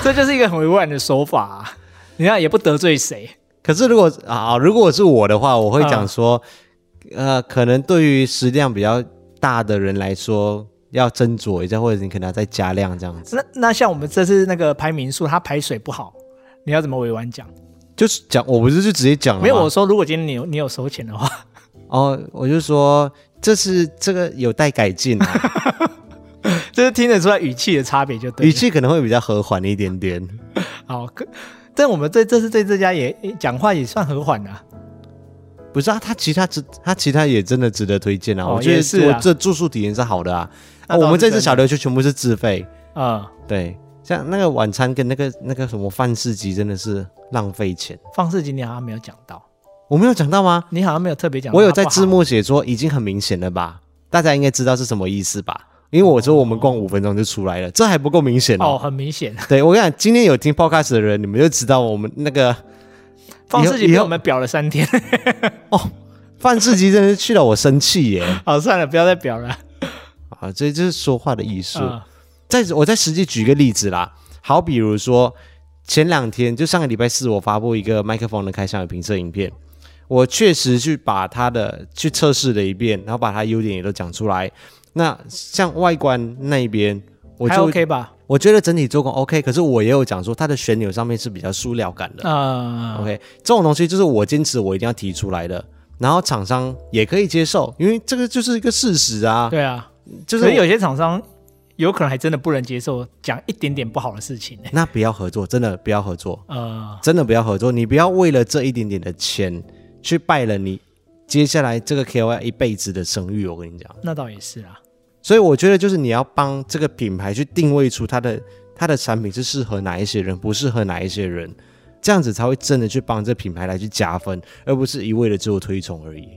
Speaker 2: 这就是一个很委婉的手法、啊，你看也不得罪谁。
Speaker 1: 可是如果
Speaker 2: 啊
Speaker 1: 啊，如果是我的话，我会讲说，呃，可能对于食量比较大的人来说，要斟酌一下，或者你可能要再加量这样子。
Speaker 2: 那那像我们这次那个排民宿，它排水不好，你要怎么委婉讲？
Speaker 1: 就是讲，我不是就直接讲了吗
Speaker 2: 没有，我说如果今天你有你有收钱的话， *laughs*
Speaker 1: 哦，我就说这是这个有待改进、啊，
Speaker 2: 就是听得出来语气的差别就 *laughs* 对了。
Speaker 1: 语气可能会比较和缓一点点。
Speaker 2: 好，可但我们对这次对这家也也讲话也算和缓啊。
Speaker 1: 不是啊，他其他值，他其他也真的值得推荐啊。
Speaker 2: 哦
Speaker 1: 我觉
Speaker 2: 也
Speaker 1: 得
Speaker 2: 是
Speaker 1: 我
Speaker 2: 啊
Speaker 1: 这住宿体验是好的啊。
Speaker 2: 那
Speaker 1: 啊
Speaker 2: 倒
Speaker 1: 我们
Speaker 2: 是
Speaker 1: 这次
Speaker 2: 真的
Speaker 1: 小琉球全部是自费，
Speaker 2: 嗯，
Speaker 1: 对，像那个晚餐跟那个那个什么饭市集真的是浪费钱。
Speaker 2: 方式今天好像没有讲到，
Speaker 1: 我没有讲到吗？
Speaker 2: 你好像没有特别讲到。
Speaker 1: 我有在字
Speaker 2: 幕。
Speaker 1: 幕写说已经很明显了吧，大家应该知道是什么意思吧？因为我说我们逛五分钟就出来了，这还不够明显
Speaker 2: 哦，
Speaker 1: 哦。
Speaker 2: 很明显，
Speaker 1: 对我跟你讲，今天有听 podcast 的人，你们就知道我们那个
Speaker 2: 方世杰
Speaker 1: 以
Speaker 2: 比
Speaker 1: 后
Speaker 2: 我们表了三天。
Speaker 1: 范世吉真的是去了我生气耶！
Speaker 2: *laughs* 好，算了，不要再表了。
Speaker 1: 啊，这就是说话的艺术。
Speaker 2: 嗯
Speaker 1: 再我再实际举个例子啦，好比如说前两天就上个礼拜四，我发布一个麦克风的开箱的评测影片，我确实去把它的去测试了一遍，然后把它优点也都讲出来。那像外观那一边，我
Speaker 2: 还
Speaker 1: 就
Speaker 2: OK 吧？
Speaker 1: 我觉得整体做工 OK，可是我也有讲说它的旋钮上面是比较塑料感的。
Speaker 2: 嗯，
Speaker 1: OK，这种东西就是我坚持我一定要提出来的，然后厂商也可以接受，因为这个就是一个事实啊。
Speaker 2: 对啊，
Speaker 1: 就
Speaker 2: 所以有
Speaker 1: 是
Speaker 2: 些厂商有可能还真的不能接受讲一点点不好的事情、欸。
Speaker 1: 那不要合作，真的不要合作，
Speaker 2: 呃，
Speaker 1: 真的不要合作。你不要为了这一点点的钱去败了你接下来这个 KOL 一辈子的声誉。我跟你讲，
Speaker 2: 那倒也是啊。
Speaker 1: 所以我觉得就是你要帮这个品牌去定位出它的它的产品是适合哪一些人，不适合哪一些人，这样子才会真的去帮这品牌来去加分，而不是一味的只有推崇而已。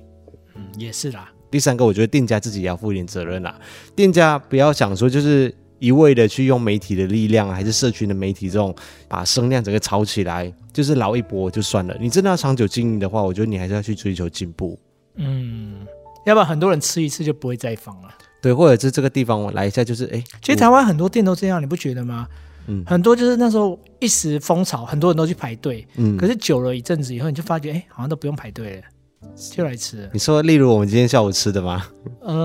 Speaker 2: 嗯，也是啦。
Speaker 1: 第三个，我觉得店家自己也要负一点责任啦。店家不要想说就是一味的去用媒体的力量，还是社群的媒体这种把声量整个炒起来，就是捞一波就算了。你真的要长久经营的话，我觉得你还是要去追求进步。
Speaker 2: 嗯，要不然很多人吃一次就不会再放了。
Speaker 1: 对，或者是这个地方我来一下，就是哎，
Speaker 2: 其实台湾很多店都这样，你不觉得吗？
Speaker 1: 嗯
Speaker 2: 很多就是那时候一时风潮，很多人都去排队。
Speaker 1: 嗯
Speaker 2: 可是久了一阵子以后，你就发觉，哎、好像都不用排队了，就来吃了。
Speaker 1: 你说，例如我们今天下午吃的吗？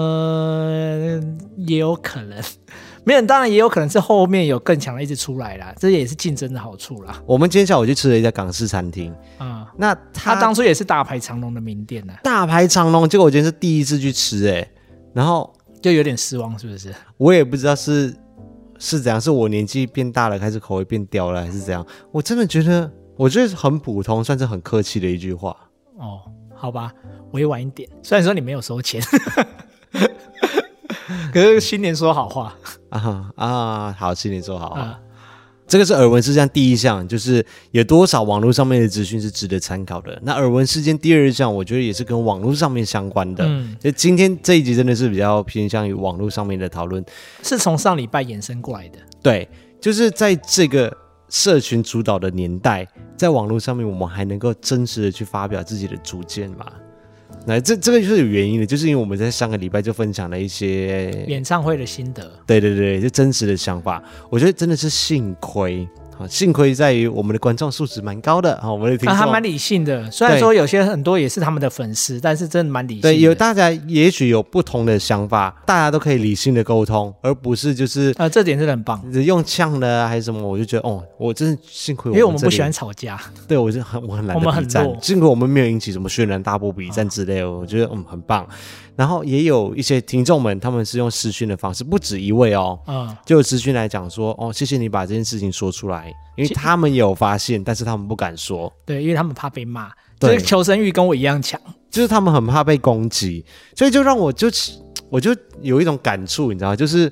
Speaker 2: 呃，也有可能， *laughs* 没有，当然也有可能是后面有更强的一直出来啦，这也是竞争的好处啦。
Speaker 1: 我们今天下午去吃了一家港式餐厅，
Speaker 2: 啊、
Speaker 1: 那
Speaker 2: 他
Speaker 1: 他
Speaker 2: 当初也是大排长龙的名店啊呢、
Speaker 1: 大排长龙，结果我今天是第一次去吃、诶，然后
Speaker 2: 就有点失望，是不是？
Speaker 1: 我也不知道是是怎样，是我年纪变大了，开始口味变刁了，还是怎样？我真的觉得，我觉得很普通，算是很客气的一句话。
Speaker 2: 哦，好吧，委婉一点。虽然说你没有收钱， *laughs* 可是新年说好话
Speaker 1: 啊啊，好，新年说好啊！
Speaker 2: 啊、
Speaker 1: 这个是耳闻事件第一项，就是有多少网络上面的资讯是值得参考的。那耳闻事件第二项，我觉得也是跟网络上面相关的。
Speaker 2: 嗯
Speaker 1: 就今天这一集真的是比较偏向于网络上面的讨论，
Speaker 2: 是从上礼拜衍生过来的。
Speaker 1: 对，就是在这个社群主导的年代，在网络上面，我们还能够真实的去发表自己的主见嘛？那这这个就是有原因的，就是因为我们在上个礼拜就分享了一些，
Speaker 2: 演唱会的心得，
Speaker 1: 对对对，就真实的想法。我觉得真的是幸亏啊，幸亏在于我们的观众素质蛮高的啊，我们的听
Speaker 2: 啊，
Speaker 1: 众、
Speaker 2: 他蛮理性的。虽然
Speaker 1: 对
Speaker 2: 说有些很多也是他们的粉丝，但是真的蛮理性的。
Speaker 1: 对，有大家也许有不同的想法，大家都可以理性的沟通，而不是就是
Speaker 2: 呃，这点真的很棒，
Speaker 1: 用呛的啊还是什么，我就觉得哦，我真的幸亏
Speaker 2: 因为我
Speaker 1: 们
Speaker 2: 们
Speaker 1: 这
Speaker 2: 不
Speaker 1: 里
Speaker 2: 喜欢吵架。
Speaker 1: 对我就很我很懒
Speaker 2: 我
Speaker 1: 得
Speaker 2: 们
Speaker 1: 比
Speaker 2: 很
Speaker 1: 战
Speaker 2: 弱，哦
Speaker 1: 尽管我们没有引起什么轩然大波比战之类的，我觉得嗯很棒。然后也有一些听众们，他们是用私讯的方式，不止一位哦，
Speaker 2: 嗯，
Speaker 1: 就有私讯来讲说哦，谢谢你把这件事情说出来，因为
Speaker 2: 其
Speaker 1: 他们有发现，但是他们不敢说，
Speaker 2: 对，因为他们怕被骂，
Speaker 1: 对
Speaker 2: 这个求生欲跟我一样强。
Speaker 1: 就是他们很怕被攻击，所以就让我就我就有一种感触，你知道吗，就是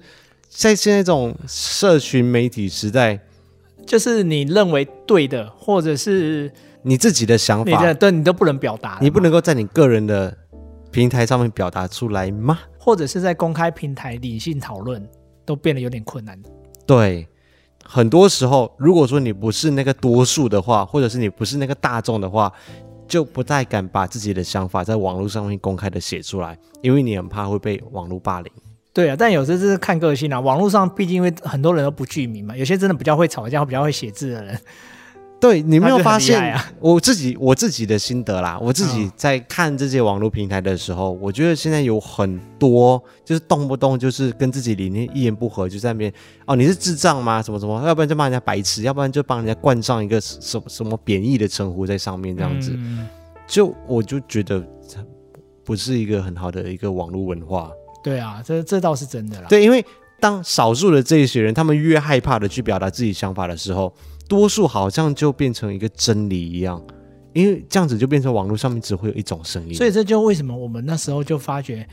Speaker 1: 在现在这种社群媒体时代，
Speaker 2: 就是你认为对的，或者是
Speaker 1: 你自己的想
Speaker 2: 你的
Speaker 1: 法，
Speaker 2: 对你都不能表达了嘛，
Speaker 1: 你不能够在你个人的平台上面表达出来吗？
Speaker 2: 或者是在公开平台理性讨论，都变得有点困难。
Speaker 1: 对，很多时候，如果说你不是那个多数的话，或者是你不是那个大众的话，就不太敢把自己的想法在网络上面公开的写出来，因为你很怕会被网络霸凌。
Speaker 2: 对啊，但有时候这是看个性啊。网络上毕竟因为很多人都不具名嘛，有些真的比较会吵架、比较会写字的人，
Speaker 1: 对你没有
Speaker 2: 那就很
Speaker 1: 发
Speaker 2: 厉害
Speaker 1: 现
Speaker 2: 啊，
Speaker 1: 我自己我自己的心得啦，我自己
Speaker 2: 嗯
Speaker 1: 在看这些网络平台的时候，我觉得现在有很多就是动不动就是跟自己理念一言不合就在那边哦，你是智障吗？什么什么，要不然就骂人家白痴，要不然就帮人家冠上一个什么什么贬义的称呼在上面，这样子，
Speaker 2: 嗯
Speaker 1: 就我就觉得这不是一个很好的一个网络文化。
Speaker 2: 对啊，这这倒是真的啦。
Speaker 1: 对，因为当少数的这一些人，他们越害怕的去表达自己想法的时候，多数好像就变成一个真理一样，因为这样子就变成网络上面只会有一种声音。
Speaker 2: 所以这就为什么我们那时候就发觉，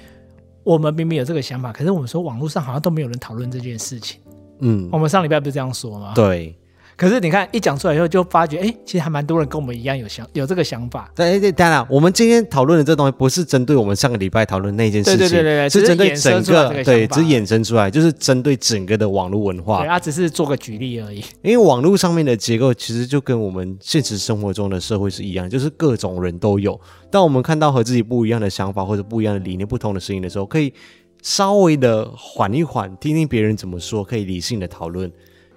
Speaker 2: 我们明明有这个想法，可是我们说网络上好像都没有人讨论这件事情。
Speaker 1: 嗯
Speaker 2: 我，们上礼拜不是这样说吗？。
Speaker 1: 对，
Speaker 2: 可是你看一讲出来以后，就发觉，哎、其实还蛮多人跟我们一样有想有这个想法。
Speaker 1: 但但当然，我们今天讨论的这东西不是针对我们上个礼拜讨论那件事情，
Speaker 2: 对对对对对
Speaker 1: 是
Speaker 2: 只是
Speaker 1: 针对
Speaker 2: 衍生
Speaker 1: 整
Speaker 2: 出来
Speaker 1: 个，
Speaker 2: 这个
Speaker 1: 对，
Speaker 2: 想法
Speaker 1: 只衍生出来，就是针对整个的网络文化
Speaker 2: 对，。啊他只是做个举例而已。
Speaker 1: 因为网络上面的结构其实就跟我们现实生活中的社会是一样，就是各种人都有。当我们看到和自己不一样的想法或者不一样的理念、不同的事情的时候，可以稍微的缓一缓，听听别人怎么说，可以理性的讨论。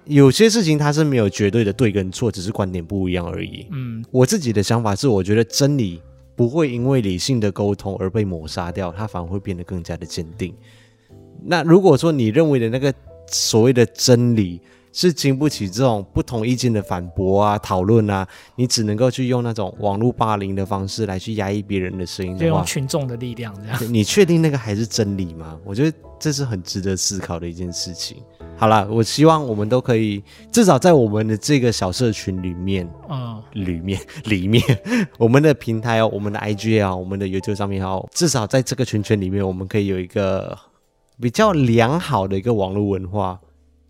Speaker 1: 有些事情它是没有绝对的对跟错，只是观点不一样而已。
Speaker 2: 嗯，
Speaker 1: 我自己的想法是，我觉得真理不会因为理性的沟通而被抹杀掉，它反而会变得更加的坚定。那如果说你认为的那个所谓的真理是经不起这种不同意见的反驳啊、讨论啊，你只能够去用那种网络霸凌的方式来去压抑别人的声音
Speaker 2: 就
Speaker 1: 的
Speaker 2: 用
Speaker 1: 话，
Speaker 2: 群众的力量这样。
Speaker 1: 你确定那个还是真理吗？我觉得这是很值得思考的一件事情。好啦，我希望我们都可以，至少在我们的这个小社群里面，
Speaker 2: 嗯，
Speaker 1: 里面里面，我们的平台哦，我们的 IG 也好，我们的 YouTube 上面也好，至少在这个圈圈里面，我们可以有一个比较良好的一个网络文化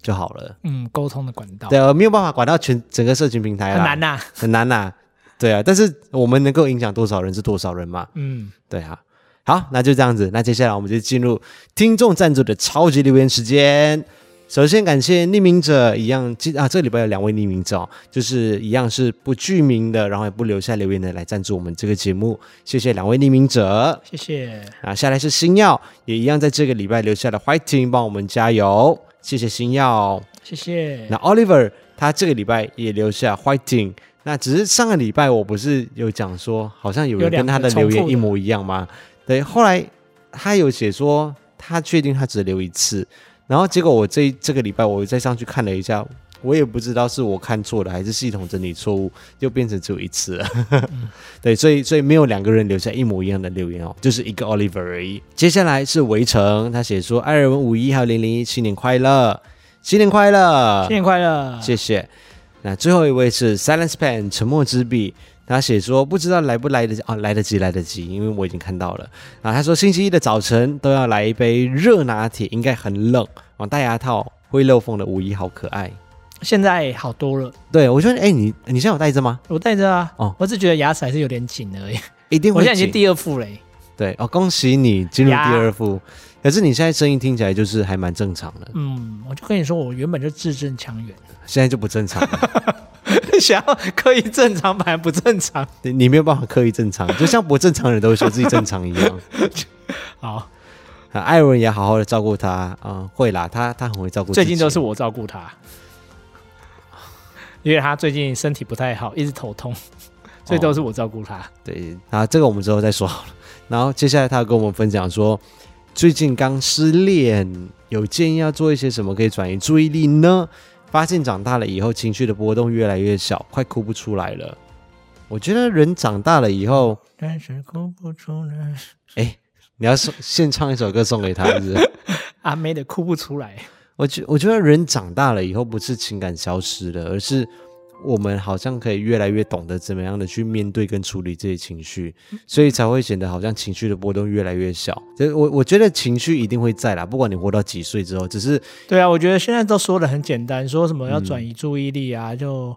Speaker 1: 就好了。
Speaker 2: 嗯，沟通的管道
Speaker 1: 对，呃没有办法管到全整个社群平台
Speaker 2: 很
Speaker 1: 啦，
Speaker 2: 难呐、
Speaker 1: 很难呐、对啊，但是我们能够影响多少人是多少人嘛。
Speaker 2: 嗯，
Speaker 1: 对啊，好，那就这样子。那接下来我们就进入听众赞助的超级留言时间。首先感谢匿名者，一样记啊，这个礼拜有两位匿名者、哦，就是一样是不具名的，然后也不留下留言的来赞助我们这个节目，谢谢两位匿名者。
Speaker 2: 谢谢。
Speaker 1: 啊，下来是星耀，也一样在这个礼拜留下了 Fighting 帮我们加油，谢谢星耀。
Speaker 2: 谢谢。
Speaker 1: 那 Oliver 他这个礼拜也留下 Fighting，那只是上个礼拜我不是有讲说，好像有人
Speaker 2: 有
Speaker 1: 跟
Speaker 2: 两个
Speaker 1: 他的留
Speaker 2: 重
Speaker 1: 言
Speaker 2: 复
Speaker 1: 一
Speaker 2: 的
Speaker 1: 模一样吗？对，后来他有写说他确定他只留一次，然后结果我这一这个礼拜我再上去看了一下。我也不知道是我看错了，还是系统整理错误，就变成只有一次了。
Speaker 2: 嗯
Speaker 1: *laughs* 对，所以所以没有两个人留下一模一样的留言哦，就是一个 Oliver 而已。接下来是围城，他写说：“艾尔文五一还有零零一，新年快乐，新年快乐，
Speaker 2: 新年快乐！
Speaker 1: 谢谢。那最后一位是 Silence Pen 沉默之笔，他写说不知道来不来得及啊，来得及，来得及，因为我已经看到了。啊，他说星期一的早晨都要来一杯热拿铁，应该很冷。啊，戴牙套会漏风的五一好可爱。
Speaker 2: 现在好多了，
Speaker 1: 对我觉得，哎、你你现在有戴着吗？
Speaker 2: 我戴着啊。
Speaker 1: 哦
Speaker 2: 我只觉得牙齿还是有点紧而已。
Speaker 1: 一定
Speaker 2: 我
Speaker 1: 会
Speaker 2: 现在已经
Speaker 1: 紧。
Speaker 2: 第二副嘞、
Speaker 1: 对哦，恭喜你进入第
Speaker 2: 呀
Speaker 1: 二副。可是你现在声音听起来就是还蛮正常的，
Speaker 2: 嗯，我就跟你说，我原本就字正腔圆，
Speaker 1: 现在就不正常了。
Speaker 2: *laughs* 想要刻意正常反而不正常。
Speaker 1: 你你没有办法刻意正常，就像不正常人都会说自己正常一样。
Speaker 2: 好，
Speaker 1: 啊，艾伦也好好的照顾他，嗯，会啦，他他很会照顾自
Speaker 2: 最
Speaker 1: 己。
Speaker 2: 近都是我照顾 *laughs* 他，因为他最近身体不太好，一直头痛，所以都是我照顾他。
Speaker 1: 对啊，这个我们之后再说好了。 *laughs* 然后接下来他跟我们分享说，最近刚失恋，有建议要做一些什么可以转移注意力呢？发现长大了以后情绪的波动越来越小，快哭不出来了。我觉得人长大了以后，
Speaker 2: 但是哭不出来，
Speaker 1: 你要送献唱一首歌送给他，是不是？
Speaker 2: 阿妹的啊哭不出来。
Speaker 1: 我觉我觉得人长大了以后，不是情感消失了，而是我们好像可以越来越懂得怎么样的去面对跟处理这些情绪，
Speaker 2: 嗯
Speaker 1: 所以才会显得好像情绪的波动越来越小。这我我觉得情绪一定会在啦，不管你活到几岁之后，只是
Speaker 2: 对啊，我觉得现在都说的很简单，说什么要转移注意力啊，就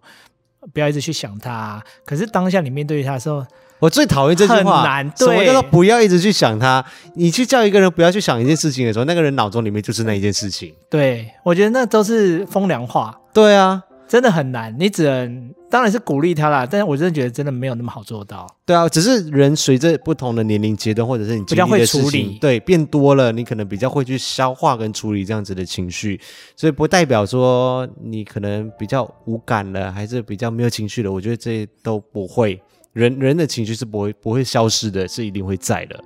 Speaker 2: 不要一直去想他、啊。可是当下你面对他的时候，
Speaker 1: 我最讨厌这句话，
Speaker 2: 很难
Speaker 1: 什么
Speaker 2: 对
Speaker 1: 叫做不要一直去想它？你去叫一个人不要去想一件事情的时候，那个人脑中里面就是那一件事情。
Speaker 2: 对我觉得那都是风凉话。
Speaker 1: 对啊，
Speaker 2: 真的很难。你只能当然是鼓励他啦，但是我真的觉得真的没有那么好做到。
Speaker 1: 对啊，只是人随着不同的年龄阶段，或者是你
Speaker 2: 比
Speaker 1: 经
Speaker 2: 较
Speaker 1: 历的
Speaker 2: 会
Speaker 1: 事
Speaker 2: 处
Speaker 1: 情
Speaker 2: 理
Speaker 1: 对变多了，你可能比较会去消化跟处理这样子的情绪，所以不代表说你可能比较无感了，还是比较没有情绪了。我觉得这都不会，人人的情绪是不会不会消失的，是一定会在的。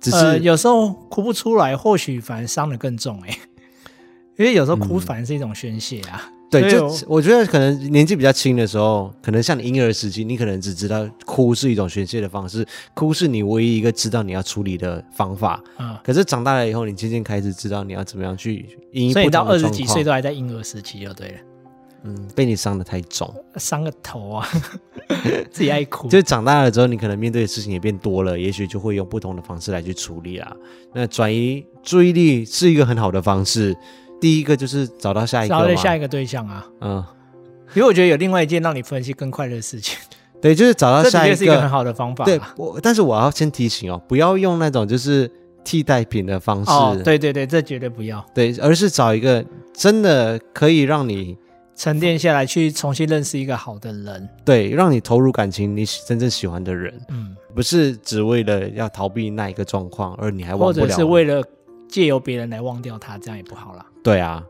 Speaker 1: 只是、
Speaker 2: 呃，有时候哭不出来，或许反而伤的更重哎、 *laughs* 因为有时候哭反而是一种宣泄啊。
Speaker 1: 对，
Speaker 2: 所以
Speaker 1: 就
Speaker 2: 我
Speaker 1: 我觉得可能年纪比较轻的时候，可能像你婴儿时期，你可能只知道哭是一种宣泄的方式，哭是你唯一一个知道你要处理的方法。
Speaker 2: 嗯
Speaker 1: 可是长大了以后，你渐渐开始知道你要怎么样去因应
Speaker 2: 所
Speaker 1: 嗯
Speaker 2: 以
Speaker 1: 不
Speaker 2: 你到
Speaker 1: 同
Speaker 2: 二
Speaker 1: 的
Speaker 2: 十
Speaker 1: 状
Speaker 2: 几岁
Speaker 1: 况。
Speaker 2: 都还在婴儿时期就对了，
Speaker 1: 嗯，被你伤的太重，
Speaker 2: 伤个头
Speaker 1: *laughs*
Speaker 2: 啊，自己爱哭。
Speaker 1: 就是长大了之后，你可能面对的事情也变多了，也许就会用不同的方式来去处理啦。那转移注意力是一个很好的方式。第一个就是找到下一个
Speaker 2: 然
Speaker 1: 嘛
Speaker 2: 后，再下一个对象啊，
Speaker 1: 嗯，
Speaker 2: 因为我觉得有另外一件让你分析更快乐的事情，
Speaker 1: 对，就是找到
Speaker 2: 这的
Speaker 1: 下
Speaker 2: 确
Speaker 1: 一
Speaker 2: 是一个很好的方法啊。
Speaker 1: 对，我但是我要先提醒哦，不要用那种就是替代品的方式，
Speaker 2: 哦，对对对，这绝对不要
Speaker 1: 对而是找一个真的可以让你
Speaker 2: 沉淀下来去重新认识一个好的人。
Speaker 1: 对让你投入感情、你喜真正喜欢的人，
Speaker 2: 嗯，
Speaker 1: 不是只为了要逃避那一个状况，而你还忘
Speaker 2: 或
Speaker 1: 不
Speaker 2: 者
Speaker 1: 了。啊
Speaker 2: 是为了借由别人来忘掉他，这样也不好啦。
Speaker 1: 对啊，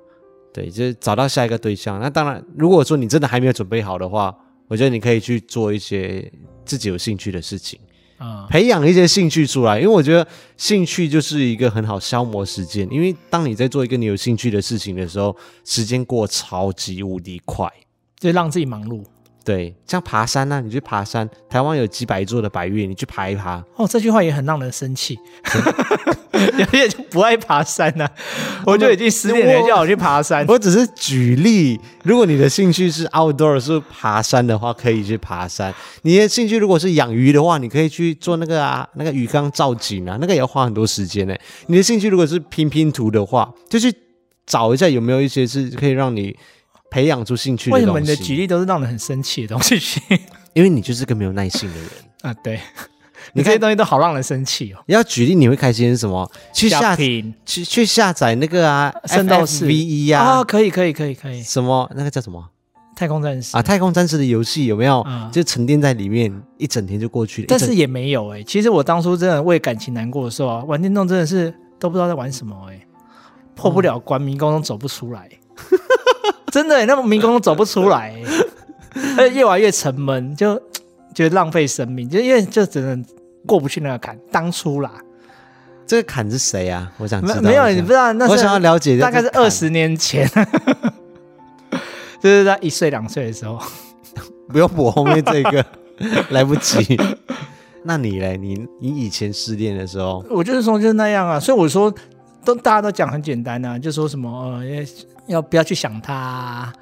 Speaker 1: 对，就是找到下一个对象。那当然，如果说你真的还没有准备好的话，我觉得你可以去做一些自己有兴趣的事情。
Speaker 2: 嗯，
Speaker 1: 培养一些兴趣出来，因为我觉得兴趣就是一个很好消磨时间。因为当你在做一个你有兴趣的事情的时候，时间过超级无敌快。
Speaker 2: 就让自己忙碌。
Speaker 1: 对，像爬山啊，你去爬山，台湾有几百座的百岳，你去爬一爬。
Speaker 2: 哦，这句话也很让人生气。 *laughs* 有些人就不爱爬山呐、我就已经失恋了，
Speaker 1: 我
Speaker 2: 叫哦我去爬山。
Speaker 1: 我只是举例，如果你的兴趣是 outdoor 是爬山的话，可以去爬山。你的兴趣如果是养鱼的话，你可以去做那个啊，那个鱼缸造景啊，那个也要花很多时间呢、你的兴趣如果是拼拼图的话，就去找一下有没有一些是可以让你培养出兴趣
Speaker 2: 为
Speaker 1: 的
Speaker 2: 什么
Speaker 1: 东
Speaker 2: 你的举
Speaker 1: 西。
Speaker 2: 例都是让人很生气的东西？
Speaker 1: 因为你就是个没有耐性的人。
Speaker 2: *laughs* 啊，对，
Speaker 1: 你
Speaker 2: 你这
Speaker 1: 看
Speaker 2: 些东西都好让人生气哦。
Speaker 1: 要举例你会开心是什么？去下
Speaker 2: 品
Speaker 1: 去去下载那个啊，
Speaker 2: 圣斗士
Speaker 1: V 一
Speaker 2: 啊、
Speaker 1: 啊
Speaker 2: 哦，，可以，可以，可以，可以，
Speaker 1: 什么那个叫什么？
Speaker 2: 太空战士
Speaker 1: 啊，太空战士的游戏有没有、
Speaker 2: 嗯
Speaker 1: 就沉淀在里面，一整天就过去了。
Speaker 2: 但
Speaker 1: 一
Speaker 2: 是
Speaker 1: 整
Speaker 2: 也没有哎、其实我当初真的为感情难过的时候啊，玩电动真的是都不知道在玩什么哎、破不了关，迷宫都走不
Speaker 1: *laughs*
Speaker 2: 出来、真的、欸，那迷宫都走不出来、欸，
Speaker 1: *laughs*
Speaker 2: 而且越玩越沉闷，就觉得浪费生命，就因为就只能过不去那个坎。当初啦，
Speaker 1: 这个坎是谁啊？我想知
Speaker 2: 没
Speaker 1: 道
Speaker 2: 没有，
Speaker 1: 一下
Speaker 2: 你不知道那
Speaker 1: 我
Speaker 2: 是
Speaker 1: 想要了解一下
Speaker 2: 大
Speaker 1: 这
Speaker 2: 概
Speaker 1: 个
Speaker 2: 是
Speaker 1: 坎
Speaker 2: 二，十年前， *laughs* 就是在一岁两岁的时候。
Speaker 1: 不用补后面这
Speaker 2: *laughs*
Speaker 1: 个，来不及。那你嘞？你你以前失恋的时候，
Speaker 2: 我就是说就是那样啊，所以我说都大家都讲很简单啊，就说什么呃要要不要去想他、啊，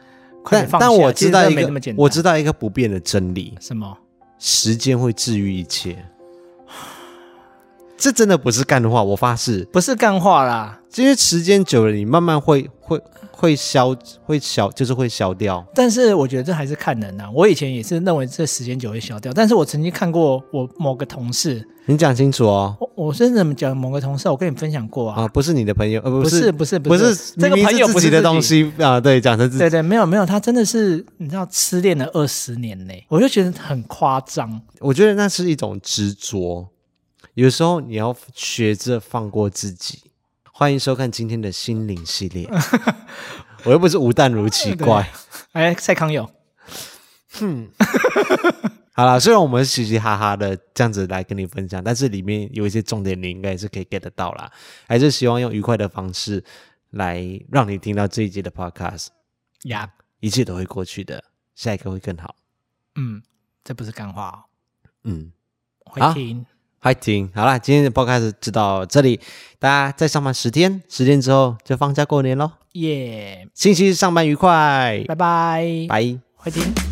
Speaker 2: 快
Speaker 1: 但
Speaker 2: 点放下
Speaker 1: 但我知道
Speaker 2: 其
Speaker 1: 一
Speaker 2: 实真的没
Speaker 1: 个
Speaker 2: 那么简单，
Speaker 1: 我知道一个不变的真理：
Speaker 2: 什么
Speaker 1: 时间会治愈一切。这真的不是干话，我发誓。
Speaker 2: 不是干话啦，
Speaker 1: 因为时间久了，你慢慢会会会消会消，就是会消掉。
Speaker 2: 但是我觉得这还是看人啊。我以前也是认为这时间久会消掉，但是我曾经看过我某个同事，
Speaker 1: 你讲清楚哦。
Speaker 2: 我我是怎么讲某个同事，我跟你分享过啊，
Speaker 1: 啊，不是你的朋友，呃，不
Speaker 2: 不
Speaker 1: 是
Speaker 2: 是不是
Speaker 1: 不
Speaker 2: 是
Speaker 1: 是
Speaker 2: 这个
Speaker 1: 明明
Speaker 2: 朋友
Speaker 1: 是
Speaker 2: 不
Speaker 1: 自
Speaker 2: 是
Speaker 1: 己的
Speaker 2: 自己
Speaker 1: 东西啊，对，讲成自己
Speaker 2: 对对，没有没有，他真的是你知道失恋了二十年呢、我就觉得很夸张。
Speaker 1: 我觉得那是一种执着。有时候你要学着放过自己。欢迎收看今天的心灵系列。
Speaker 2: *laughs*
Speaker 1: 我又不是无淡如奇怪。
Speaker 2: 哎，蔡康永，
Speaker 1: 好啦，虽然我们嘻嘻哈哈的这样子来跟你分享，但是里面有一些重点，你应该也是可以 get 得到啦。还是希望用愉快的方式来让你听到这一季的 podcast，
Speaker 2: 呀，
Speaker 1: 一切都会过去的，下一个会更好。
Speaker 2: 嗯，这不是干话、哦。
Speaker 1: 嗯。好
Speaker 2: 会听。
Speaker 1: 还挺好啦，今天的 podcast 就到这里，大家再上班十天，十天之后就放假过年喽，
Speaker 2: 耶，
Speaker 1: 星期日上班愉快，
Speaker 2: 拜拜，
Speaker 1: 拜。
Speaker 2: 会听。